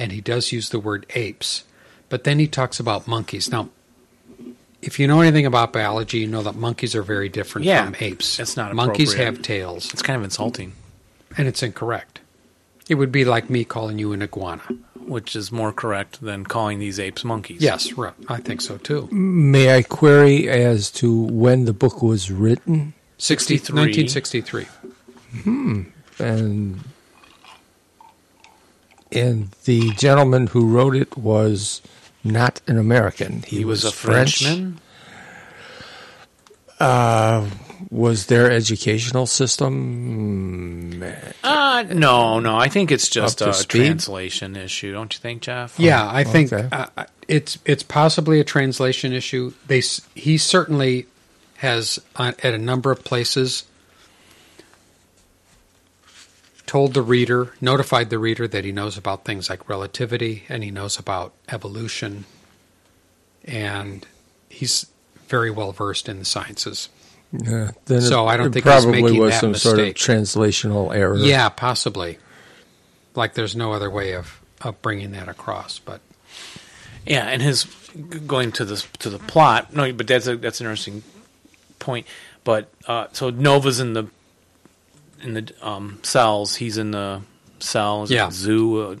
A: and he does use the word apes but then he talks about monkeys now if you know anything about biology, you know that monkeys are very different
I: Yeah,
A: from apes.
I: it's not
A: monkeys have
I: appropriate.
A: tails,
I: It's kind of insulting,
A: and it's incorrect. It would be like me calling you an iguana.
I: which is more correct than calling these apes monkeys.
A: Yes, right. I think so too.
G: May I query as to when the book was written?
A: 60,
I: 63.
A: 1963.
G: and and the gentleman who wrote it was not an American. He,
I: He was a
G: French.
I: Frenchman.
G: Uh, Was their educational system? mm,
I: Uh, no, no. I think it's just
G: Up to
I: a
G: speed?
I: translation issue, don't you think, Jeff?
A: Yeah, I think
G: okay.
A: uh, uh, it's it's possibly a translation issue. They s- he certainly has uh, at a number of places told the reader, notified the reader that he knows about things like relativity and he knows about evolution, and he's very well versed in the sciences.
G: Yeah, then
A: So I don't
G: it
A: think he's
G: probably
A: making
G: was
A: that
G: some sort of
A: mistake.
G: translational error.
A: Yeah, possibly. Like there's no other way of of bringing that across, but
I: Yeah, and his g- going to the to the plot. No, but that's a, that's an interesting point. But uh, so Nova's in the in the um, cells. He's in the cells.
A: Yeah.
I: zoo. Uh,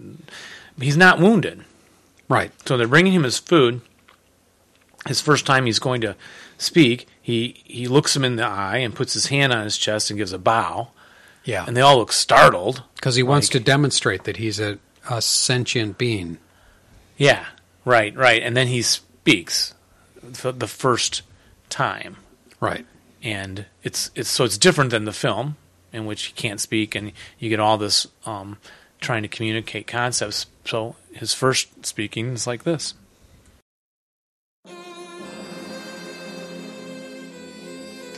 I: he's not wounded,
A: right.
I: so they're bringing him his food. His first time he's going to speak, he he looks him in the eye and puts his hand on his chest and gives a bow,
A: Yeah.
I: and they all look startled.
A: because he wants
I: Like-
A: to demonstrate that he's a, a sentient being.
I: Yeah, right, right. And then he speaks for the first time.
A: Right.
I: and it's it's so it's different than the film in which he can't speak and you get all this um, trying to communicate concepts. So his first speaking is like this.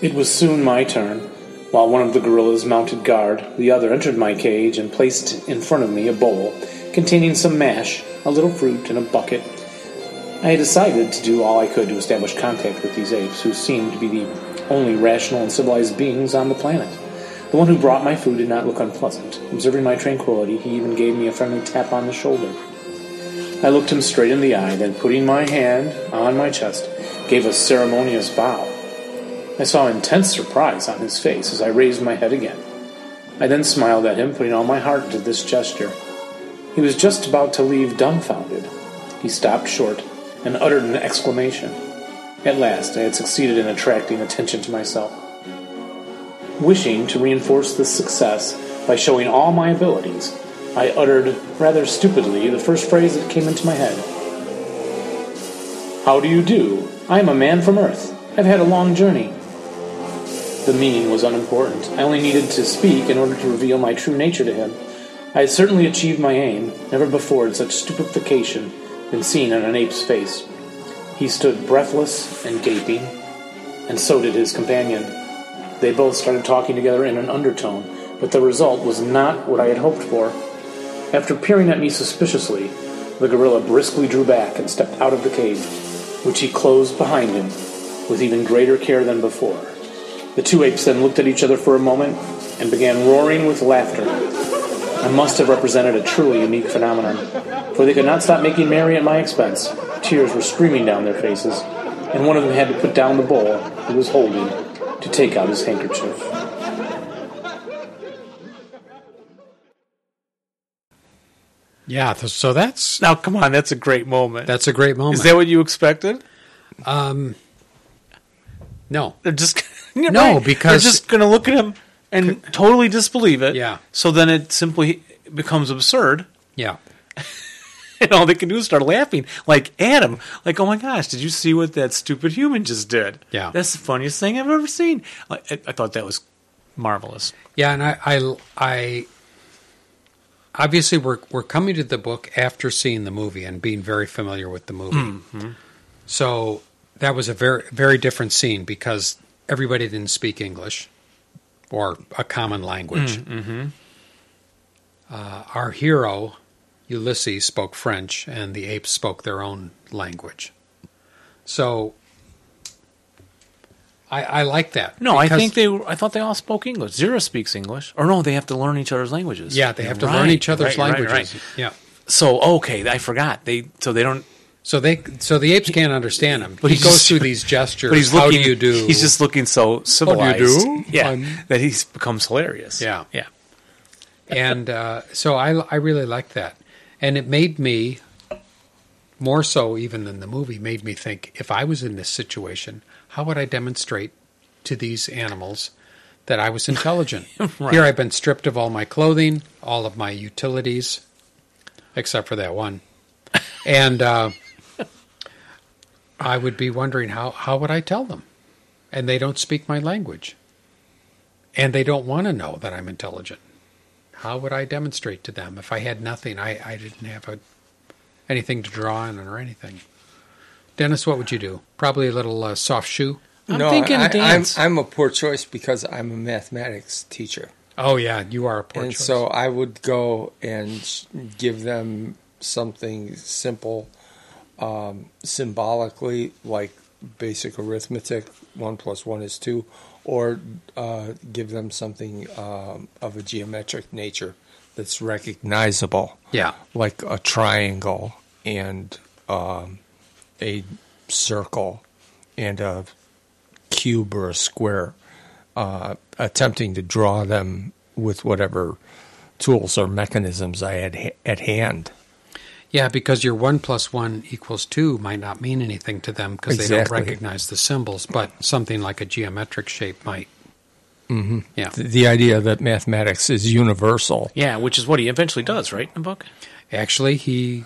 F: It was soon my turn. While one of the gorillas mounted guard, the other entered my cage and placed in front of me a bowl containing some mash, a little fruit, and a bucket. I had decided to do all I could to establish contact with these apes, who seemed to be the only rational and civilized beings on the planet. The one who brought my food did not look unpleasant. Observing my tranquility, he even gave me a friendly tap on the shoulder. I looked him straight in the eye, then putting my hand on my chest, gave a ceremonious bow. I saw intense surprise on his face as I raised my head again. I then smiled at him, putting all my heart into this gesture. He was just about to leave dumbfounded. He stopped short and uttered an exclamation. At last, I had succeeded in attracting attention to myself. Wishing to reinforce this success by showing all my abilities, I uttered, rather stupidly, the first phrase that came into my head. How do you do? I am a man from Earth. I've had a long journey. The meaning was unimportant. I only needed to speak in order to reveal my true nature to him. I had certainly achieved my aim. Never before had such stupefaction been seen on an ape's face. He stood breathless and gaping, and so did his companion. They both started talking together in an undertone, but the result was not what I had hoped for. After peering at me suspiciously, the gorilla briskly drew back and stepped out of the cage, which he closed behind him with even greater care than before. The two apes then looked at each other for a moment and began roaring with laughter. I must have represented a truly unique phenomenon, for they could not stop making merry at my expense. Tears were streaming down their faces, and one of them had to put down the bowl he was holding to take out his handkerchief.
A: Yeah. th- so that's
I: Now, come on, that's a great moment.
A: that's a great moment. Um,
I: Is that what you expected?
A: no.
I: They're just [laughs] You're
A: No,
I: right.
A: because-
I: they're just going to look at him and totally disbelieve it.
A: Yeah.
I: So then it simply becomes absurd. [laughs]
A: Yeah.
I: And all they can do is start laughing, like Adam, like, "Oh my gosh, did you see what that stupid human just did?
A: Yeah.
I: that's the funniest thing I've ever seen." I, I I thought that was marvelous.
A: Yeah. And I, I, I obviously we're we're coming to the book after seeing the movie and being very familiar with the movie.
I: Mm-hmm.
A: So that was a very very different scene because everybody didn't speak English or a common language.
I: Mm, mm-hmm.
A: Uh, our hero Ulysses spoke French, and the apes spoke their own language. So I, I like that.
I: No, I
A: because-
I: think they. were- I thought they all spoke English. Zero speaks English, or no, they have to learn each other's languages.
A: yeah they have to
I: Right,
A: learn each other's
I: right, right,
A: languages.
I: right.
A: Yeah,
I: So okay, I forgot they. So they don't.
A: So they, so the apes can't understand him.
I: But
A: he
I: he's
A: goes
I: just-
A: through these gestures.
I: But he's
A: How
I: looking. Oh,
A: do you do?
I: He's just looking so civilized.
A: do?
I: Yeah,
A: I'm-
I: that he's becomes hilarious.
A: Yeah.
I: yeah.
A: and uh, so I, I really like that, and it made me more so even than the movie made me think if I was in this situation, how would I demonstrate to these animals that I was intelligent? Here I've been stripped of all my clothing, all of my utilities, except for that one, and uh, I would be wondering how how would I tell them, and they don't speak my language, and they don't want to know that I'm intelligent how would I demonstrate to them if I had nothing? I, I didn't have a, anything to draw on or anything. Dennis, what would you do? Probably a little uh, soft shoe.
I: I'm thinking
G: I,
I: dance.
G: I'm, I'm a poor choice because I'm a mathematics teacher.
A: Oh yeah, you are a poor
G: and
A: choice.
G: so I would go and sh- give them something simple, um, symbolically, like basic arithmetic, one plus one is two, or uh, give them something um, of a geometric nature that's recognizable,
A: yeah,
G: like a triangle and um, a circle and a cube or a square, uh, attempting to draw them with whatever tools or mechanisms I had ha- at hand.
A: yeah, because your one plus one equals two might not mean anything to them because they
G: Exactly.
A: don't recognize the symbols, but something like a geometric shape might. Mm-hmm. Yeah,
G: The, the idea that mathematics is universal.
I: yeah, which is what he eventually does, right? In the book.
A: actually, he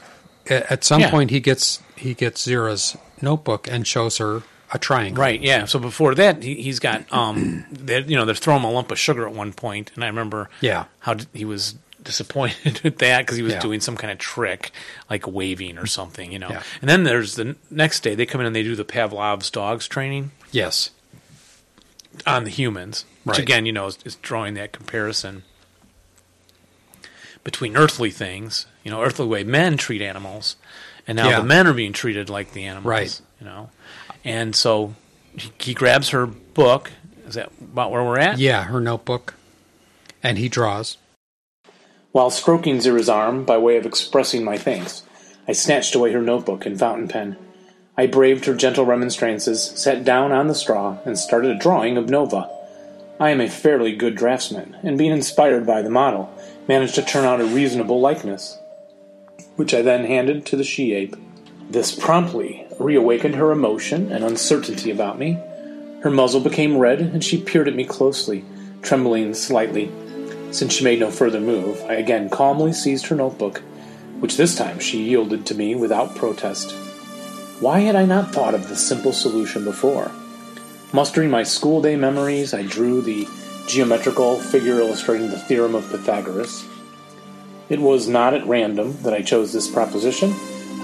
A: a- at some
I: Yeah.
A: point he gets he gets Zira's notebook and shows her a triangle.
I: Right. Yeah. So before that, he, he's got um, [clears throat] they, you know, they're throwing him a lump of sugar at one point, and I remember,
A: Yeah.
I: how d- he was disappointed [laughs] at that because he was
A: Yeah.
I: doing some kind of trick, like waving or something, you know.
A: Yeah.
I: And then there's the n- next day they come in and they do the Pavlov's dogs training
A: Yes.
I: on the humans, which
A: Right.
I: again, you know, is, is drawing that comparison between earthly things, you know, earthly way men treat animals, and now
A: Yeah.
I: the men are being treated like the animals,
A: Right.
I: You know, and so he, he grabs her book. Is that about where we're at?
A: Yeah, her notebook, and he draws.
F: While stroking Zira's arm by way of expressing my thanks, I snatched away her notebook and fountain pen. I braved her gentle remonstrances, sat down on the straw, and started a drawing of Nova. I am a fairly good draftsman, and being inspired by the model, managed to turn out a reasonable likeness, which I then handed to the she ape. This promptly reawakened her emotion and uncertainty about me. Her muzzle became red, and she peered at me closely, trembling slightly. Since she made no further move, I again calmly seized her notebook, which this time she yielded to me without protest. Why had I not thought of this simple solution before? Mustering my school day memories, I drew the geometrical figure illustrating the theorem of Pythagoras. It was not at random that I chose this proposition.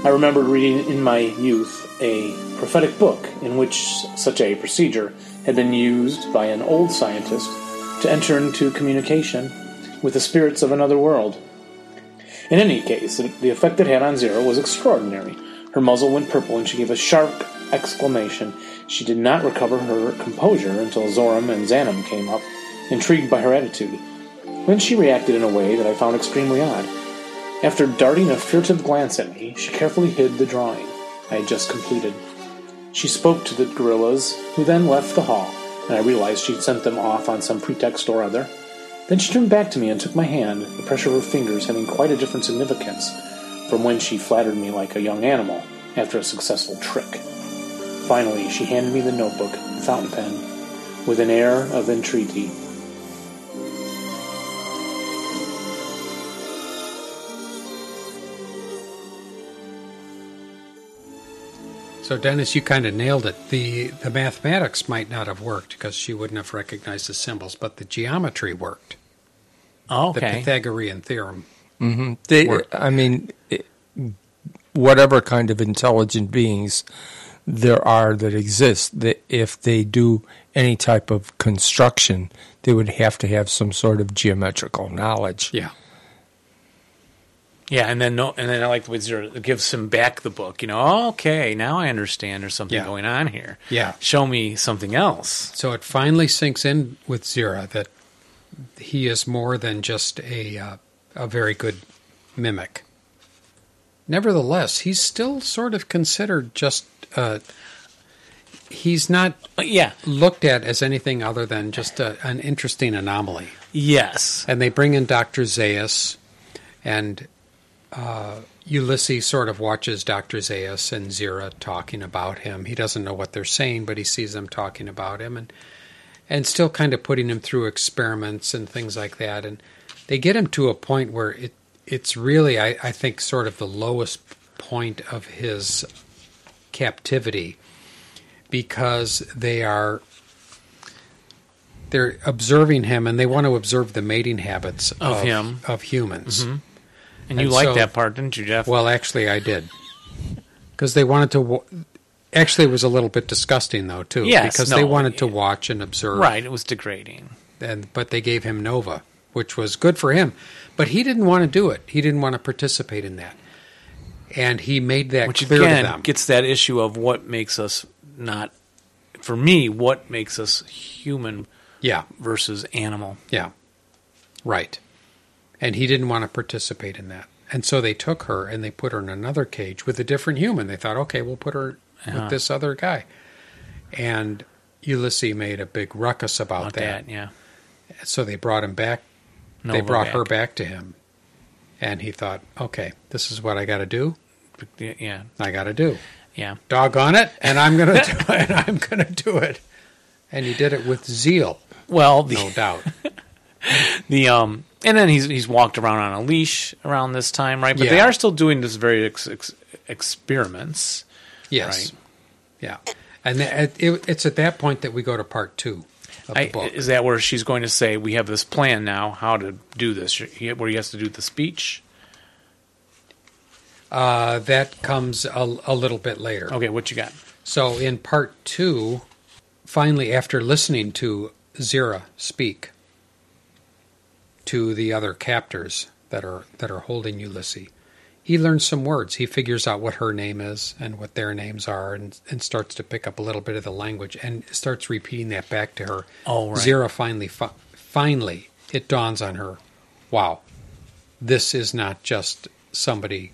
F: I remembered reading in my youth a prophetic book in which such a procedure had been used by an old scientist to enter into communication with the spirits of another world. In any case, the effect it had on Zero was extraordinary. Her muzzle went purple and she gave a sharp exclamation. She did not recover her composure until Zoram and Xanam came up, intrigued by her attitude. Then she reacted in a way that I found extremely odd. After darting a furtive glance at me, she carefully hid the drawing I had just completed. She spoke to the gorillas, who then left the hall, and I realized she'd sent them off on some pretext or other. Then she turned back to me and took my hand, the pressure of her fingers having quite a different significance from when she flattered me like a young animal after a successful trick. Finally, she handed me the notebook and fountain pen with an air of entreaty.
A: So Dennis, you kind of nailed it. the The mathematics might not have worked because she wouldn't have recognized the symbols, but the geometry worked.
I: Oh,
A: The
I: okay.
A: Pythagorean theorem.
G: They,
A: Were-
G: I mean, it- whatever kind of intelligent beings there are that exist, that if they do any type of construction, they would have to have some sort of geometrical knowledge.
A: Yeah,
I: yeah, and then no, and then I like the way Zero gives him back the book. You know, "Oh, okay, now I understand. There's something
A: Yeah.
I: going on here.
A: yeah.
I: Show me something else.
A: So it finally sinks in with Zira that he is more than just a uh, a very good mimic. Nevertheless, he's still sort of considered just. Uh, he's not
I: Uh, yeah.
A: looked at as anything other than just a, an interesting anomaly.
I: Yes.
A: And they bring in Dr. Zaius, and uh, Ulysses sort of watches Dr. Zaius and Zira talking about him. He doesn't know what they're saying, but he sees them talking about him and, and still kind of putting him through experiments and things like that. And they get him to a point where it it's really, I, I think, sort of the lowest point of his captivity because they are they're observing him and they want to observe the mating habits of,
I: him.
A: of humans.
I: And you
A: And
I: liked
A: so-
I: that part, didn't you, Jeff?
A: Well, actually, I did because they wanted to. wa- actually, it was a little bit disgusting though too.
I: Yes,
A: because
I: no,
A: they wanted to
I: yeah.
A: watch and observe.
I: right. It was degrading.
A: and but they gave him Nova, which was good for him, but he didn't want to do it. He didn't want to participate in that, and he made that
I: which
A: clear
I: again
A: to them.
I: gets that issue of what makes us not for me what makes us human
A: yeah,
I: versus animal
A: yeah, right. And he didn't want to participate in that, and so they took her and they put her in another cage with a different human. They thought, okay, we'll put her
I: Uh-huh.
A: with this other guy, and Ulysses made a big ruckus about
I: not
A: that.
I: that. yeah
A: So they brought him back
I: no
A: they
I: we're
A: brought
I: back.
A: her back to him and he thought okay this is what i got to do
I: yeah yeah,
A: i got to do
I: yeah.
A: doggone it and i'm
I: [laughs]
A: gonna do it and i'm gonna do it and he did it with zeal
I: well the, [laughs]
A: no doubt
I: the um and then he's he's walked around on a leash around this time right but they
A: Yeah.
I: are still doing this very ex, ex, experiments
A: yes
I: Right.
A: yeah and tha- it, it, it's at that point that we go to part two of
I: I,
A: the book
I: is that where she's going to say we have this plan now how to do this She- where he has to do the speech
A: uh, that comes a, a little bit later
I: okay what you got
A: So in part two, finally, after listening to Zira speak to the other captors that are that are holding Ulysses, he learns some words. He figures out what her name is and what their names are, and, and starts to pick up a little bit of the language and starts repeating that back to her.
I: Oh, right.
A: Zira finally, fi- finally, it dawns on her. Wow, this is not just somebody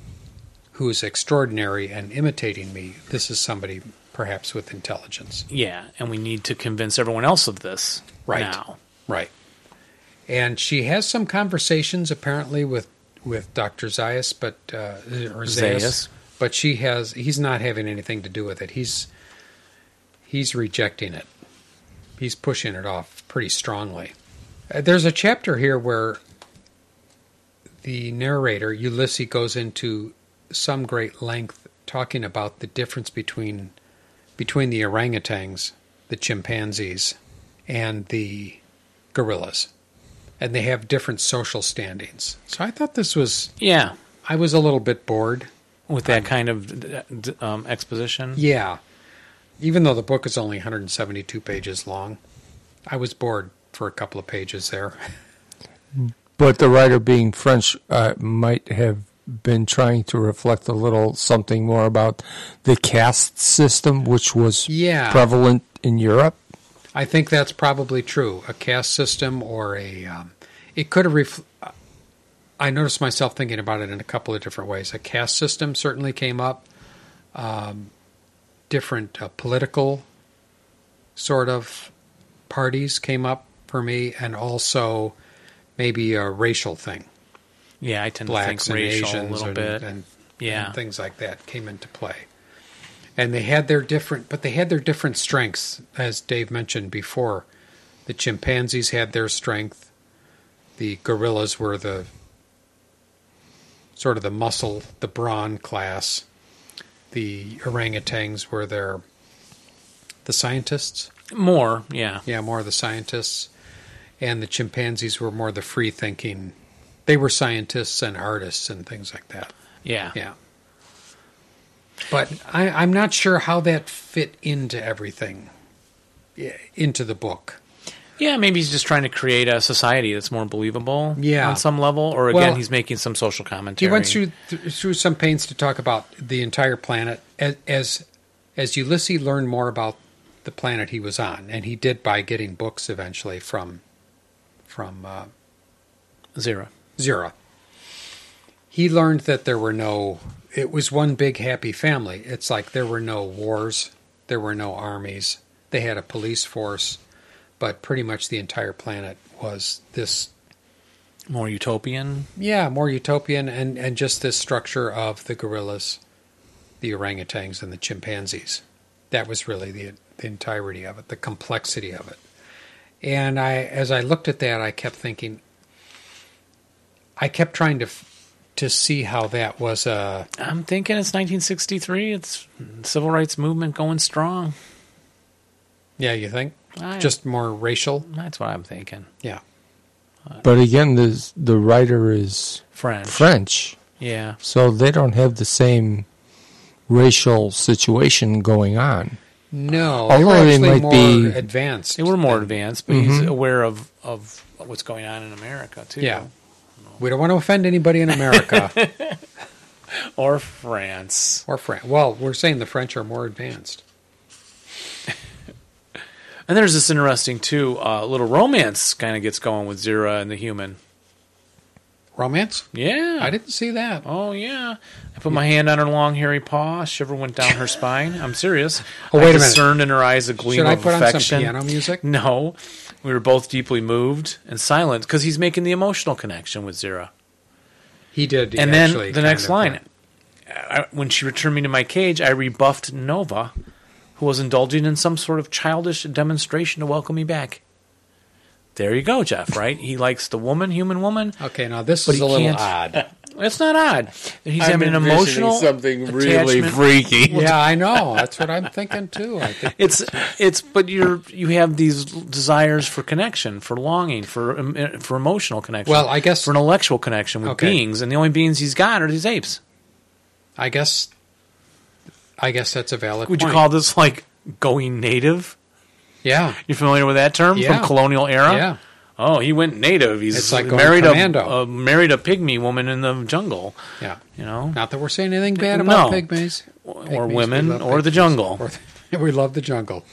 A: who is extraordinary and imitating me. This is somebody perhaps with intelligence.
I: yeah and we need to convince everyone else of this
A: Right.
I: now
A: Right. And she has some conversations apparently with with Dr. Zaius, but uh, or Zaius,
I: Zaius.
A: but she has he's not having anything to do with it. He's he's rejecting it. He's pushing it off pretty strongly. Uh, There's a chapter here where the narrator Ulysses goes into some great length talking about the difference between between the orangutans, the chimpanzees, and the gorillas. And they have different social standings. So I thought this was
I: yeah
A: I was a little bit bored.
I: with that kind of d- d- um, exposition.
A: Yeah. Even though the book is only 172 pages long, I was bored for a couple of pages there.
G: But the writer being French uh, might have been trying to reflect a little something more about the caste system, which was
A: Yeah.
G: prevalent in Europe.
A: I think that's probably true. A caste system or a. Um, it could have. Ref- I noticed myself thinking about it in a couple of different ways. A caste system certainly came up, um, different uh, political sort of parties came up for me, and also maybe a racial thing.
I: Yeah, I tend
A: Blacks
I: to
A: and
I: think racial
A: Asians
I: a little
A: and,
I: bit.
A: and
I: yeah,
A: and things like that came into play. And they had their different, but they had their different strengths, as Dave mentioned before. The chimpanzees had their strength. The gorillas were the sort of the muscle, the brawn class. The orangutans were their the scientists.
I: more. Yeah,
A: Yeah, more of the scientists. And the chimpanzees were more the free thinking. They were scientists and artists and things like that.
I: yeah,
A: Yeah. But I, I'm not sure how that fit into everything, yeah, into the book.
I: Yeah, Maybe he's just trying to create a society that's more believable.
A: Yeah.
I: on some level, or again,
A: Well,
I: he's making some social
A: He
I: commentary.
A: went through th- through some pains to talk about the entire planet as, as as Ulysses learned more about the planet he was on, and he did by getting books eventually from from uh,
I: zero.
A: Zira. He learned that there were no it was one big happy family. It's like there were no wars, there were no armies. They had a police force, but pretty much the entire planet was this
I: More utopian.
A: yeah, more utopian and, and just this structure of the gorillas, the orangutans, and the chimpanzees. That was really the, the entirety of it, the complexity of it. And I, as I looked at that, I kept thinking, I kept trying to f- to see how that was uh, a
I: I'm thinking it's 1963. It's civil rights movement going strong.
A: yeah. You think
I: I-
A: just more racial?
I: that's what I'm thinking.
A: Yeah,
G: But again, the the writer is
I: French.
G: French,
I: Yeah.
G: so they don't have the same racial situation going on.
A: no.
G: Although
A: were
G: they
A: actually
G: might
A: more
G: be-
A: advanced.
I: They were more advanced, but he's aware of, of what's going on in America, too.
A: Mm-hmm. yeah. We don't want to offend anybody in America. [laughs]
I: Or France.
A: or Fran Well, we're saying the French are more advanced.
I: And there's this interesting, too, uh, little romance kind of gets going with Zira and the human.
A: Romance?
I: Yeah.
A: I didn't see that.
I: Oh, yeah. I put my hand on her long, hairy paw. A shiver went down
A: [laughs]
I: her spine. I'm serious.
A: Oh, wait
I: I
A: a minute.
I: discerned in her eyes a gleam
A: Should
I: of
A: I put on
I: affection.
A: some piano music?
I: No, we were both deeply moved and silent because he's making the emotional connection with Zira.
A: He did.
I: and
A: actually
I: then the
A: kind
I: next
A: of,
I: line,
A: uh,
I: I, when she returned me to my cage, I rebuffed Nova, who was indulging in some sort of childish demonstration to welcome me back. There you go, Jeff. Right? He likes the woman, human woman.
A: Okay, now this
I: But
A: is
I: he
A: a little
I: can't- [laughs]
A: odd.
I: It's not odd. He's
J: I'm
I: having an
J: envisioning
I: emotional
J: something really
I: attachment.
J: freaky.
A: yeah,
I: [laughs]
A: I know. That's what I'm thinking too. I think
I: it's it's but you're you have these desires for connection for longing for um, for emotional connection
A: Well, I guess-
I: for an intellectual connection with
A: Okay.
I: beings and the only beings he's got are these apes
A: I guess I guess that's a valid.
I: would you
A: point.
I: call this like going native
A: Yeah,
I: you familiar with that term
A: Yeah.
I: from colonial era
A: yeah.
I: oh he went native he's
A: It's like going
I: married a,
A: commando.
I: a married a pygmy woman in the jungle
A: Yeah.
I: you know
A: Not that we're saying anything bad about
I: No.
A: pygmies,
I: or
A: Pygmies, we
I: women
A: love
I: or the
A: pygmies.
I: jungle
A: Or the- [laughs] we love the jungle.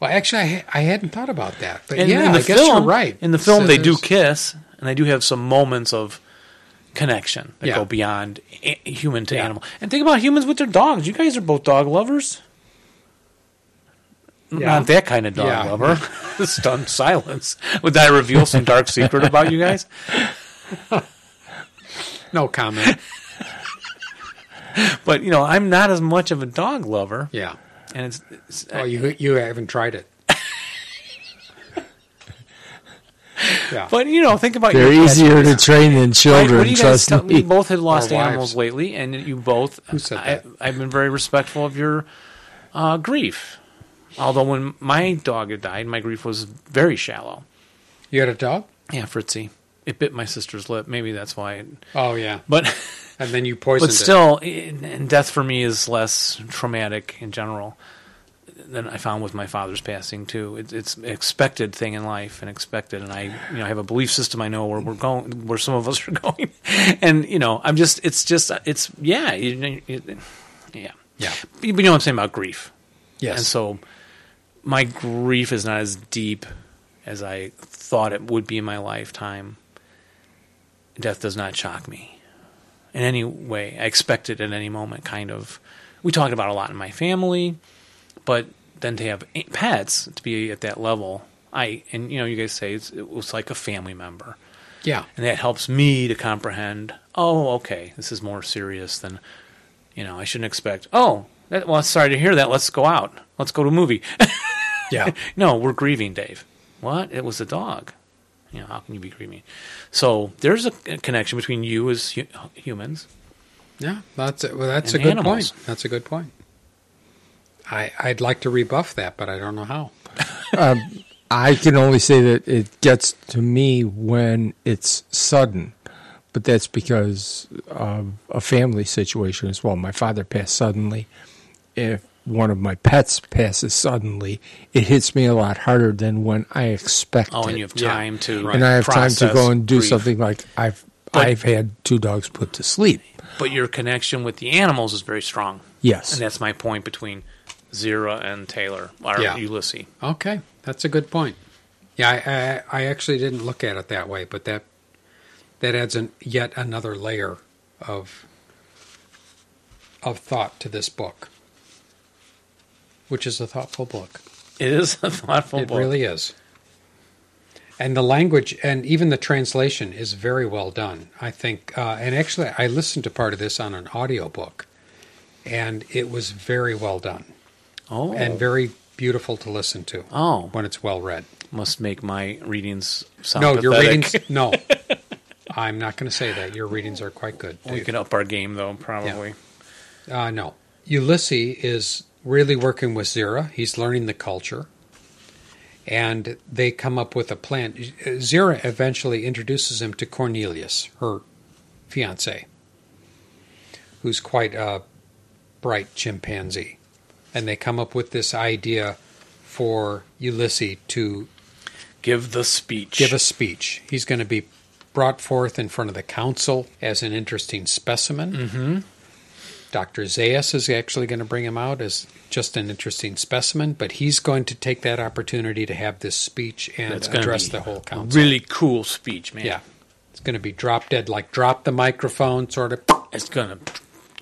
A: Well, actually, I, ha- I hadn't thought about that, but
I: And
A: yeah,
I: in the
A: I guess
I: film,
A: you're right.
I: In the film,
A: So
I: they do
A: there's-
I: kiss, and they do have some moments of connection that
A: Yeah.
I: go beyond a- human to
A: Yeah.
I: animal. And think about humans with their dogs. You guys are both dog lovers. N-
A: Yeah.
I: Not that kind of dog
A: Yeah.
I: lover. [laughs] Stunned silence. Would I reveal some dark secret about
A: [laughs]
I: you guys?
A: no comment.
I: But you know, I'm not as much of a dog lover,
A: Yeah.
I: and it's, it's
A: Oh, you you haven't tried
I: [laughs]
A: it. yeah.
I: but you know, think about
G: They're
I: your pets.
G: easier to train than
I: Right,
G: children.
I: what do you guys
G: trust
I: tell-
G: me.
I: We both had lost
A: Or wives.
I: animals lately, and you both.
A: Who said that?
I: I, I've been very respectful of your uh, grief. Although when my dog had died, my grief was very shallow.
A: you had a dog?
I: Yeah, Fritzy. It bit my sister's lip. Maybe that's why. It,
A: Oh yeah.
I: but [laughs]
A: And then you poisoned
I: but still, and and death for me is less traumatic in general than I found with my father's passing too. It, it's an expected thing in life and expected, and I you know I have a belief system. I know where we're going, where some of us [laughs] are going, and you know I'm just it's just it's yeah you- you- yeah
A: it. Yeah.
I: But you know what I'm saying about grief,
A: Yes.
I: and so my grief is not as deep as I thought it would be in my lifetime. Death does not shock me in any way. I expect it at any moment, kind of. We talked about it a lot in my family, but then to have a- pets to be at that level, I and you know you guys say it's, it was like a family member,
A: yeah.
I: and that helps me to comprehend. Oh, okay, this is more serious than you know. I shouldn't expect. Oh, that, well, sorry to hear that. Let's go out. Let's go to a movie.
A: Yeah.
I: [laughs] No, we're grieving, Dave. What? It was a dog. You know, how can you be grieving? So there's a a connection between you as hu- humans.
A: Yeah. That's a, well, that's
I: And
A: a good
I: animals.
A: point. That's a good point. I I'd like to rebuff that, but I don't know how.
G: I can only say that it gets to me when it's sudden, but that's because of a family situation as well. My father passed suddenly. If one of my pets passes suddenly, it hits me a lot harder than when I expect
I: Oh,
G: it.
I: and you have time to
G: And I have time
I: process
G: to go and do
I: grief.
G: something like I've
I: But-
G: I've had two dogs put to sleep.
I: But your connection with the animals is very strong,
G: Yes.
I: and that's my point between Zira and Taylor or
A: Yeah.
I: Ulysses.
A: Okay, that's a good point. Yeah, I, I I actually didn't look at it that way, but that that adds an, yet another layer of of thought to this book, which is a thoughtful book.
I: It is a thoughtful
A: it
I: book.
A: really is. And the language and even the translation is very well done, I think. Uh, and actually, I listened to part of this on an audiobook, and it was very well done
I: oh,
A: and very beautiful to listen to
I: oh,
A: when it's well read.
I: must make my readings sound
A: No, your
I: pathetic.
A: readings. No, I'm not going to say that. Your readings are quite good.
I: [laughs] We
A: Dave.
I: could up our game though, probably.
A: Uh, no. Ulysses is really working with Zira. He's learning the culture. And they come up with a plan. Zira eventually introduces him to Cornelius, her fiance, who's quite a bright chimpanzee. And they come up with this idea for Ulysses to
I: Give the speech.
A: give a speech. He's going to be brought forth in front of the council as an interesting specimen. Mm-hmm. Dr. Zayas is actually going to bring him out as just an interesting specimen, but he's going to take that opportunity to have this speech and
I: That's gonna
A: address
I: be
A: the whole
I: a
A: council.
I: Really cool speech, man.
A: Yeah. It's going to be drop dead, like drop the microphone, sort of
I: it's gonna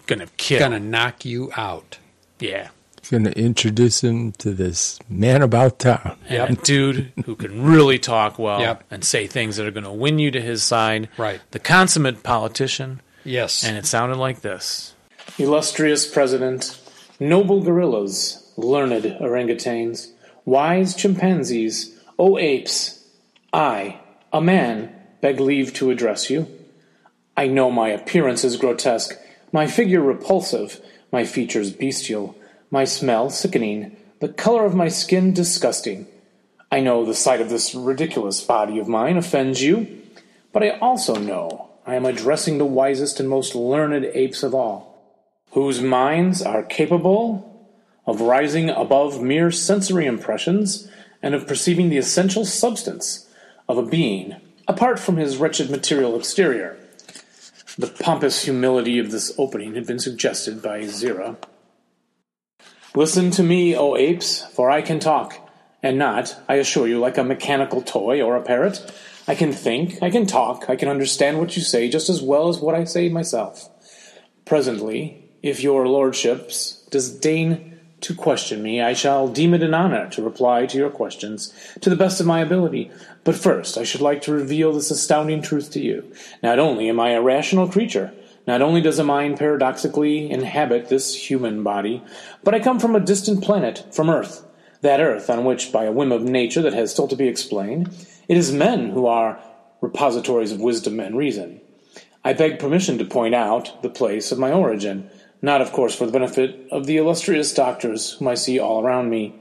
I: gonna kill.
A: going to knock you out.
I: Yeah,
G: going to introduce him to this man about town.
A: Yep.
I: and a dude who can really talk well
A: Yep.
I: and say things that are gonna win you to his side.
A: Right.
I: the consummate politician.
A: Yes.
I: And it sounded like this.
F: Illustrious President, noble gorillas, learned orangutans, wise chimpanzees, O apes, I, a man, beg leave to address you. I know my appearance is grotesque, my figure repulsive, my features bestial, my smell sickening, the color of my skin disgusting. I know the sight of this ridiculous body of mine offends you, but I also know I am addressing the wisest and most learned apes of all whose minds are capable of rising above mere sensory impressions and of perceiving the essential substance of a being apart from his wretched material exterior. The pompous humility of this opening had been suggested by Zira. Listen to me, O apes, for I can talk, and not, I assure you, like a mechanical toy or a parrot. I can think, I can talk, I can understand what you say just as well as what I say myself. Presently, if your lordships disdain to question me, I shall deem it an honor to reply to your questions to the best of my ability. But first, I should like to reveal this astounding truth to you. Not only am I a rational creature, not only does a mind paradoxically inhabit this human body, but I come from a distant planet, from Earth. That Earth on which, by a whim of nature that has still to be explained, it is men who are repositories of wisdom and reason. I beg permission to point out the place of my origin, not, of course, for the benefit of the illustrious doctors whom I see all around me,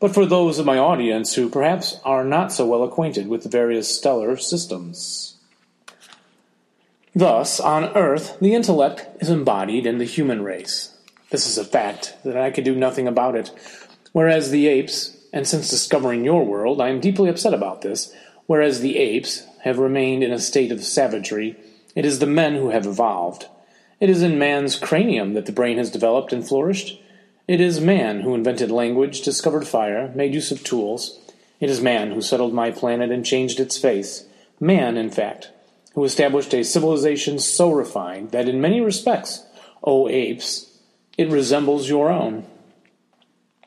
F: but for those of my audience who perhaps are not so well acquainted with the various stellar systems. Thus, on Earth, the intellect is embodied in the human race. This is a fact that I can do nothing about it. Whereas the apes, and since discovering your world, I am deeply upset about this, whereas the apes have remained in a state of savagery, it is the men who have evolved. It is in man's cranium that the brain has developed and flourished. It is man who invented language, discovered fire, made use of tools. It is man who settled my planet and changed its face. Man, in fact, who established a civilization so refined that in many respects, O apes, it resembles your own.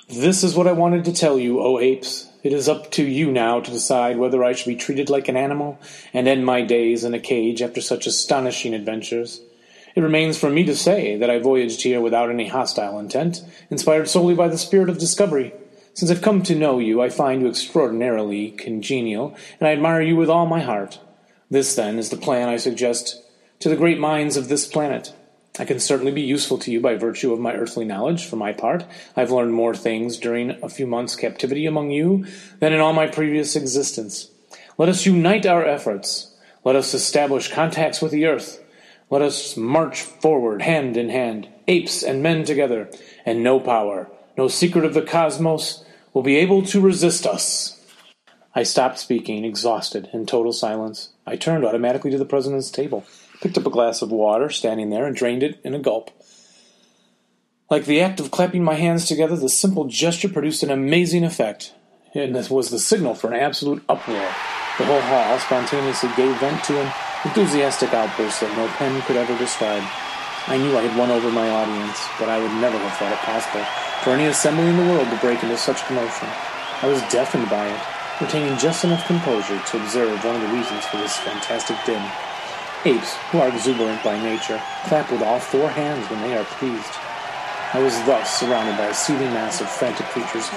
F: This is what I wanted to tell you, O apes. It is up to you now to decide whether I should be treated like an animal and end my days in a cage after such astonishing adventures. It remains for me to say that I voyaged here without any hostile intent, inspired solely by the spirit of discovery. Since I've come to know you, I find you extraordinarily congenial, and I admire you with all my heart. This, then, is the plan I suggest to the great minds of this planet. I can certainly be useful to you by virtue of my earthly knowledge. For my part, I've learned more things during a few months' captivity among you than in all my previous existence. Let us unite our efforts. Let us establish contacts with the earth. Let us march forward hand in hand, apes and men together, and no power, no secret of the cosmos will be able to resist us. I stopped speaking, exhausted, in total silence. I turned automatically to the president's table, picked up a glass of water standing there, and drained it in a gulp. Like the act of clapping my hands together, the simple gesture produced an amazing effect, and this was the signal for an absolute uproar. The whole hall spontaneously gave vent to an enthusiastic outburst that no pen could ever describe. I knew I had won over my audience, but I would never have thought it possible for any assembly in the world to break into such commotion. I was deafened by it, retaining just enough composure to observe one of the reasons for this fantastic din. Apes, who are exuberant by nature, clap with all four hands when they are pleased. I was thus surrounded by a seething mass of frantic creatures,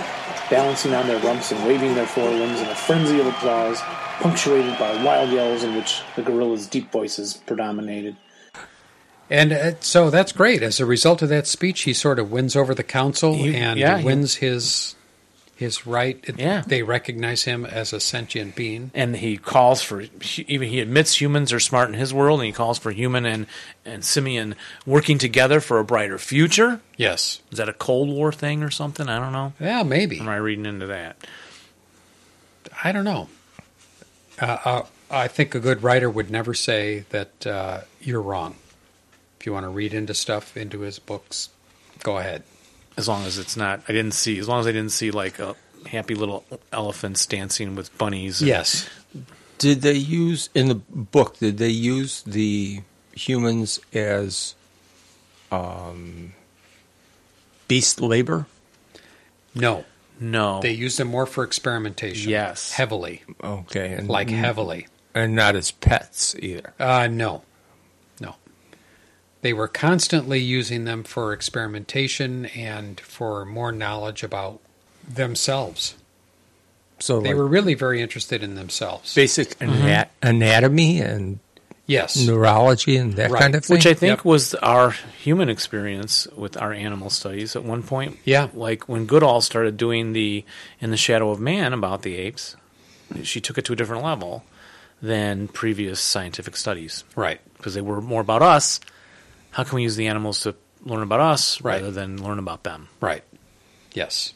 F: balancing on their rumps and waving their forelimbs in a frenzy of applause, punctuated by wild yells in which the gorilla's deep voices predominated.
A: And uh, so that's great. As a result of that speech, he sort of wins over the council
I: He-
A: and
I: yeah, he-
A: wins his his right. It-
I: Yeah.
A: They recognize him as a sentient being.
I: and he calls for even he admits humans are smart in his world, and he calls for human and and simian working together for a brighter future.
A: Yes.
I: Is that a Cold War thing or something? I don't know.
A: Yeah, maybe.
I: Am I reading into that?
A: I don't know. Uh, uh, I think a good writer would never say that uh, you're wrong. If you want to read into stuff, into his books, go ahead.
I: As long as it's not, I didn't see. As long as I didn't see like a happy little elephants dancing with bunnies. and-
A: Yes.
G: Did they use in the book? Did they use the humans as um, beast labor?
A: No.
I: no.
A: They use them more for experimentation.
I: Yes.
A: Heavily.
G: Okay, and
A: Like heavily.
G: and not as pets either.
A: Uh, no, no. They were constantly using them for experimentation and for more knowledge about themselves.
G: So
A: They
G: like
A: were really very interested in themselves.
G: basic Mhm. ana- anatomy and
A: yes,
G: neurology and that
A: Right.
G: kind of thing.
I: Which I think
A: Yep.
I: was our human experience with our animal studies at one point.
A: Yeah.
I: Like when Goodall started doing the In the Shadow of Man about the apes, she took it to a different level than previous scientific studies
A: right.
I: because they were more about us. How can we use the animals to learn about us
A: Right.
I: rather than learn about them?
A: Right. Yes.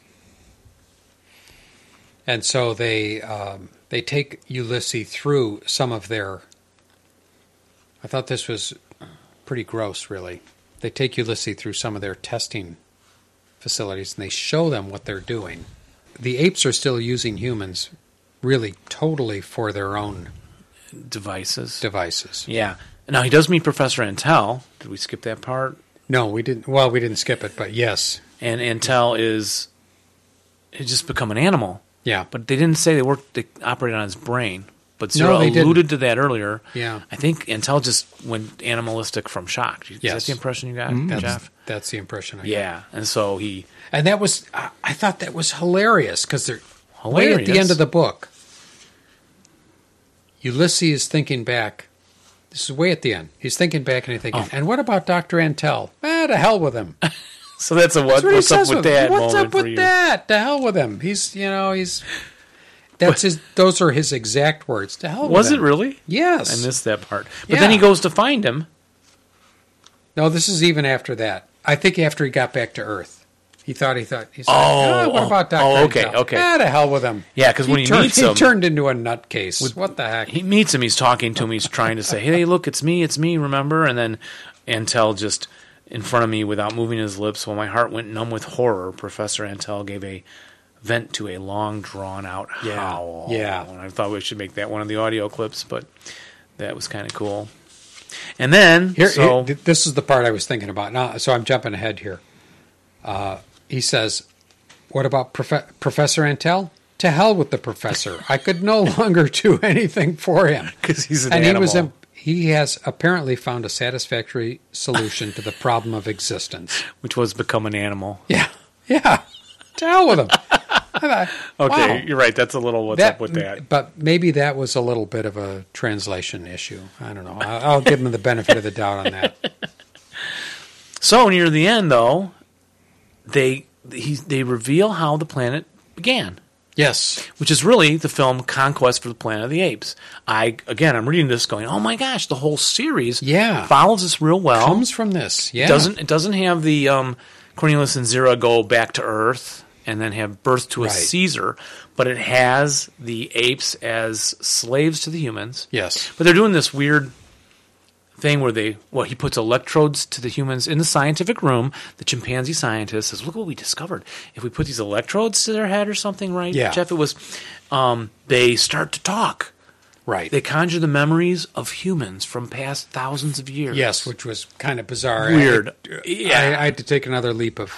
A: And so they um, they take Ulysses through some of their. I thought this was pretty gross, really. They take Ulysses through some of their testing facilities and they show them what they're doing. The apes are still using humans, really, totally for their own
I: Devices.
A: devices.
I: yeah. Now he does meet Professor Antel. Did we skip that part?
A: No, we didn't. Well, we didn't skip it, but yes,
I: And Antel is has just become an animal.
A: yeah,
I: But they didn't say they worked. They operated on his brain. But
A: No,
I: Sarah
A: they didn't.
I: alluded to that earlier.
A: Yeah.
I: I think Intel just went animalistic from shock. Is
A: Yes. Mm-hmm.
I: that the impression you got,
A: that's,
I: Mm, Jeff?
A: that's the impression I got.
I: Yeah. And so he
A: And that was, I I thought that was hilarious because they're way at the
I: Hilarious?
A: end of the book. Ulysses is thinking back. This is way at the end. He's thinking back and he's thinking,
I: Oh.
A: and what about Dr. Antel? Ah, to hell with him. That's
I: So that's a what,
A: what he
I: what's up
A: says
I: with
A: him.
I: that?
A: What's
I: moment
A: up
I: for
A: with
I: you.
A: that? To hell with him. He's, you know, he's, that's his, those are his exact words. To hell
I: Was
A: with
I: it
A: him.
I: really?
A: Yes.
I: I missed that part. But then
A: Yeah.
I: he goes to find him.
A: No, this is even after that. I think after he got back to Earth. He thought he thought. He said,
I: Oh,
A: "Ah, what
I: oh,
A: about Doctor?
I: oh, okay, okay.
A: Ah, to hell with him.
I: Yeah, 'cause when he
A: turned,
I: meets
A: he
I: him-
A: turned into a nutcase. what the heck?
I: He meets him. He's talking to him. He's trying to say, "Hey, look, it's me. It's me. Remember?" And then Antel just in front of me without moving his lips. While my heart went numb with horror, Professor Antel gave a vent to a long, drawn-out
A: Yeah,
I: howl.
A: yeah.
I: And I thought we should make that one of the audio clips, but that was kind of cool. And then
A: Here,
I: so
A: here- this is the part I was thinking about. Now, so I'm jumping ahead here. Uh, he says, "What about prof- Professor Antel? To hell with the professor! I could no [laughs] longer do anything for him."
I: because he's an
A: and
I: animal.
A: he was imp- he has apparently found a satisfactory solution to the problem of existence.
I: which was become an animal.
A: Yeah, yeah. To hell with him. I thought,
I: Okay,
A: wow.
I: you're right. That's a little what's
A: That-
I: up with that.
A: But maybe that was a little bit of a translation issue. I don't know. I- I'll give him the benefit of the doubt on that.
I: So near the end, though, they he, they reveal how the planet began,
A: Yes.
I: which is really the film Conquest for the Planet of the Apes. I again, I'm reading this, going, "Oh my gosh!" The whole series,
A: Yeah.
I: follows this real well.
A: comes from this. Yeah.
I: Doesn't it doesn't have the um, Cornelius and Zira go back to Earth and then have birth to a
A: Right.
I: Caesar, but it has the apes as slaves to the humans.
A: Yes.
I: But they're doing this weird thing where they well he puts electrodes to the humans in the scientific room. The chimpanzee scientist says, "Look what we discovered. If we put these electrodes to their head or something, right,
A: Yeah.
I: Jeff? It was um, they start to talk."
A: Right.
I: They conjure the memories of humans from past thousands of years.
A: Yes, which was kind of bizarre.
I: Weird.
A: I had, uh,
I: Yeah.
A: I, I had to take another leap of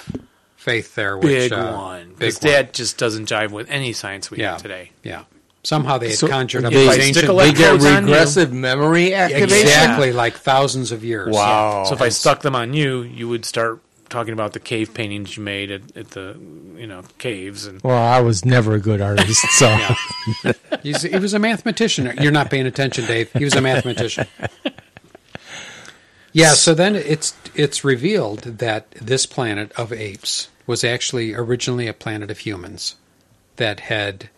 A: faith there. Which,
I: big
A: uh,
I: one.
A: Big
I: Because
A: one.
I: that just doesn't jive with any science we
A: yeah.
I: have today.
A: Yeah. Somehow they had
G: So
A: conjured up
G: they-
A: these
G: If I
I: stick a
A: ancient
I: light
G: They get
I: Codes on you.
G: regressive memory activation.
A: exactly like thousands of years.
G: Wow.
I: So if I stuck them on you, you would start talking about the cave paintings you made at, at the you know caves and
G: Well, I was never a good artist, so
A: Yeah. He's, he was a mathematician. You're not paying attention, Dave. He was a mathematician. Yeah. So then it's it's revealed that this planet of apes was actually originally a planet of humans that had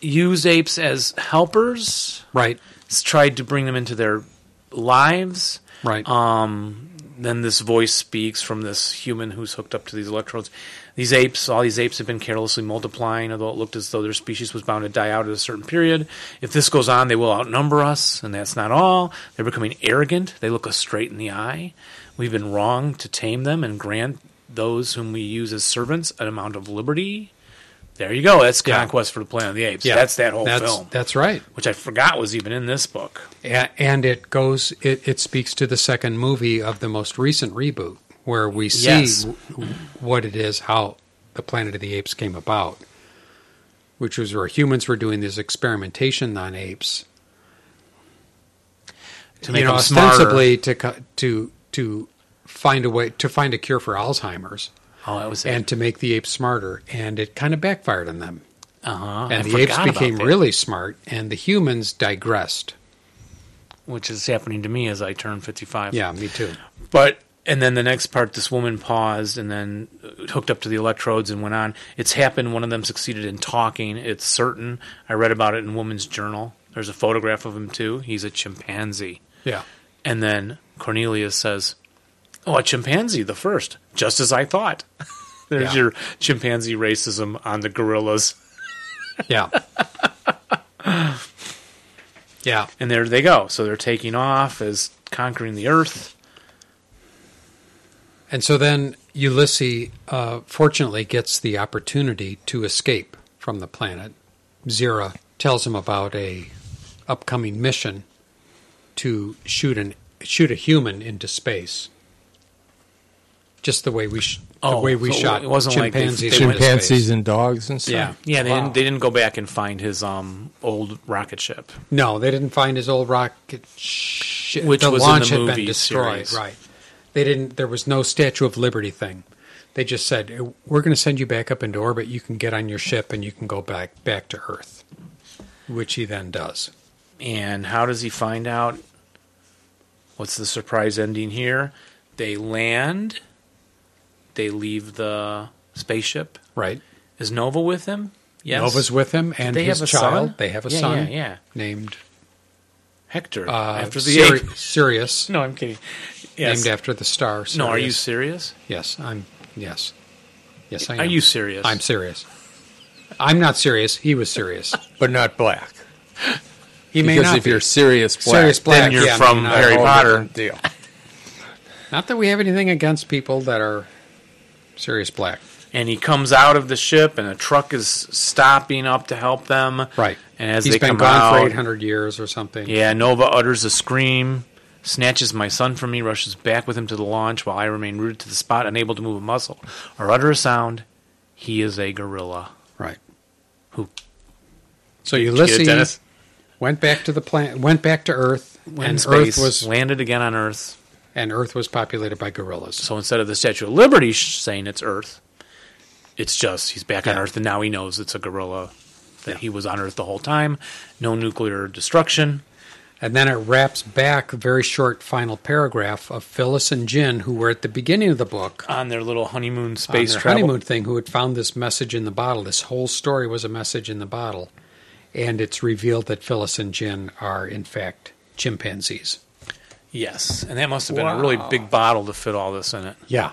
I: use apes as helpers.
A: right
I: s- Tried to bring them into their lives.
A: right
I: Um, then this voice speaks from this human who's hooked up to these electrodes. These apes, all these apes have been carelessly multiplying, although it looked as though their species was bound to die out at a certain period. If this goes on, they will outnumber us, and that's not all. They're becoming arrogant. They look us straight in the eye. We've been wrong to tame them and grant those whom we use as servants an amount of liberty. There you go. That's
A: Yeah.
I: Conquest for the Planet of the Apes.
A: yeah
I: That's that whole
A: that's,
I: film,
A: That's right.
I: which I forgot was even in this book.
A: A- and it goes it, it speaks to the second movie of the most recent reboot where we see
I: Yes.
A: w- w- what it is how the planet of the apes came about which was where humans were doing this experimentation on apes
I: To make
A: you know
I: them smarter.
A: ostensibly to co- to to find a way to find a cure for alzheimer's
I: Oh, that was it.
A: and to make the apes smarter and it kind of backfired on them
I: uh-huh.
A: and
I: I
A: the apes
I: forgot about
A: became
I: that.
A: really smart and the humans digressed
I: which is happening to me as I turn 55.
A: yeah me too
I: But and then the next part this woman paused and then uh, hooked up to the electrodes and went on. It's happened one of them succeeded in talking. It's certain. I read about it in Woman's Journal. There's a photograph of him too. He's a chimpanzee.
A: yeah
I: And then Cornelius says, "Oh, a chimpanzee, the first, just as I thought." [laughs] There's
A: Yeah.
I: your chimpanzee racism on the gorillas.
A: Yeah. yeah.
I: And there they go. So they're taking off as conquering the earth.
A: And so then Ulysses uh, fortunately gets the opportunity to escape from the planet. Zira tells him about a upcoming mission to shoot an shoot a human into space. Just the way we sh- the
I: Oh,
A: way we
I: so
A: shot
I: it wasn't like they-
A: chimpanzees.
I: they
A: into
I: went-
G: chimpanzees and dogs and
A: space.
G: stuff.
A: Yeah.
I: Yeah, they, didn't, they didn't go back and find his um, old rocket ship.
A: No, they didn't find his old rocket ship.
I: Which
A: the
I: was in
A: launch
I: the
A: had been
I: movie
A: destroyed.
I: series.
A: Right. They didn't. There was no Statue of Liberty thing. They just said, "Uh, "We're going to send you back up into orbit. You can get on your ship and you can go back back to Earth," which he then does.
I: And how does he find out? What's the surprise ending here? They land. They leave the spaceship.
A: Right.
I: Is Nova with him? Yes.
A: Nova's with him and
I: they
A: his
I: have a
A: child.
I: son?
A: They have a
I: Yeah,
A: son.
I: yeah, yeah.
A: Named
I: Hector.
A: uh,
I: after the
A: Siri-
I: ape.
A: Sirius.
I: No, I'm kidding. Yes.
A: Named after the star. Sirius.
I: no, are you serious?
A: Yes, I'm. Yes, yes, I am.
I: Are you serious?
A: I'm serious. I'm not serious. He was serious.
G: But not black.
A: He may
G: because
A: not
G: if
A: be.
G: you're serious black,
A: Serious black,
I: Then you're
A: yeah,
I: from
A: no,
I: Harry
A: no.
I: Potter.
G: deal.
A: Not that we have anything against people that are serious black.
I: and he comes out of the ship, and a truck is stopping up to help them.
A: Right.
I: And as
A: He's
I: they
A: been
I: come
A: gone
I: out,
A: for 800 years or something.
I: Yeah, Nova utters a scream, snatches my son from me, rushes back with him to the launch while I remain rooted to the spot, unable to move a muscle or utter a sound. He is a gorilla.
A: Right.
I: Who-
A: So
I: Did you get it,
A: Ulysses
I: Dennis?
A: went back to the planet, went back to Earth,
I: Went in
A: and
I: space,
A: Earth was
I: landed again on Earth.
A: and Earth was populated by gorillas.
I: So instead of the Statue of Liberty sh- saying it's Earth, it's just he's back on
A: Yeah.
I: Earth, and now he knows it's a gorilla. That
A: Yeah.
I: he was on Earth the whole time. No nuclear destruction.
A: And then it wraps back a very short final paragraph of Phyllis and Jin, who were at the beginning of the book
I: on their little honeymoon
A: on
I: space
A: their
I: travel.
A: honeymoon thing who had found this message in the bottle. This whole story was a message in the bottle, and it's revealed that Phyllis and Jin are in fact chimpanzees.
I: Yes, and that must have been a really big bottle to fit all this in it.
A: Yeah,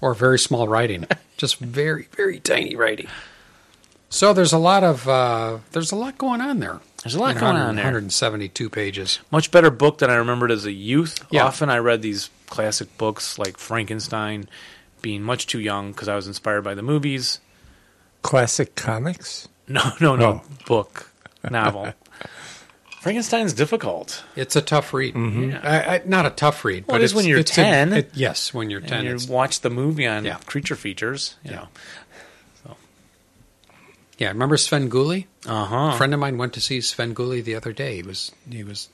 A: or very small
I: [laughs]
A: writing, just very very tiny writing. So there's a lot of uh, there's a lot going on there.
I: There's a lot going on there.
A: 172 pages.
I: Much better book than I remembered as a youth.
A: Yeah.
I: Often I read these classic books like Frankenstein, being much too young because I was inspired by the movies. [laughs]
G: Classic comics.
I: No, no, no,
G: No.
I: book.
G: [laughs]
I: novel. Frankenstein's difficult.
A: It's a tough read. I, I, not a tough read,
I: Mm-hmm. Well,
A: but
I: it is when you're
A: it's a-
I: 10.
A: it- yes, when you're ten,
I: and you
A: it's,
I: watch the movie on
A: Yeah.
I: Creature Features. You
A: yeah. Remember Sven Gulli?
I: know. Uh huh.
A: A friend of mine went to see Sven Gulli the other day. He was he was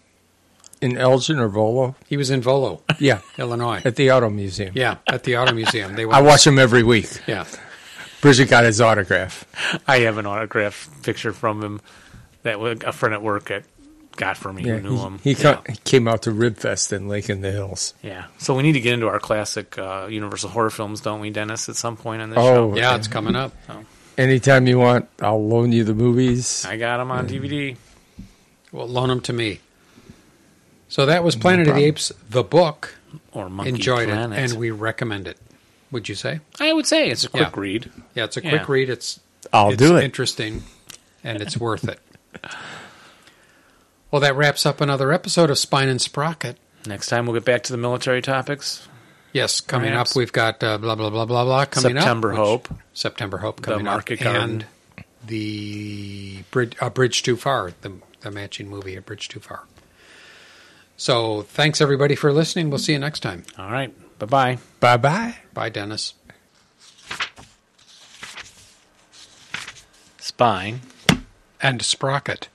G: In Elgin or Volo?
A: he was in Volo,
G: Yeah,
A: Illinois.
G: at the Auto Museum.
A: yeah, at the Auto Museum. They went,
G: [laughs] I watch him every week.
A: Yeah,
G: Bridget got his autograph.
I: [laughs] I have an autograph picture from him that wa- a friend at work at, got for me
G: Yeah,
I: who knew him.
G: he, he
I: yeah.
G: ca- he came out to Ribfest in Lake in the Hills.
I: yeah. So we need to get into our classic uh, Universal horror films, don't we, Dennis? At some point on this
G: Oh,
I: show,
A: yeah. It's coming up.
G: Anytime you want, I'll loan you the movies.
I: I got them on DVD.
A: Well, loan them to me. So that was Planet of the
G: problem.
A: Apes, the book.
I: Or Monkey
A: Enjoyed
I: Planet.
A: it, and we recommend it. Would you say?
I: I would say it's a quick
A: Yeah.
I: read.
A: Yeah, it's a
I: Yeah.
A: quick read. It's
G: I'll
A: it's
G: do it.
A: Interesting, and it's worth it. Well, that wraps up another episode of Spine and Sprocket.
I: Next time we'll get back to the military topics.
A: Yes, coming
I: Perhaps.
A: up we've got uh, blah blah blah blah blah coming
I: September
A: up. which-
I: Hope.
A: September Hope coming
I: Market
A: up,
I: Garden.
A: and the bridge, uh, bridge Too Far, the the matching movie, A Bridge Too Far. So thanks everybody for listening. We'll see you next time.
I: All right. Bye bye.
G: Bye bye.
A: Bye, Dennis.
I: Spine.
A: And Sprocket.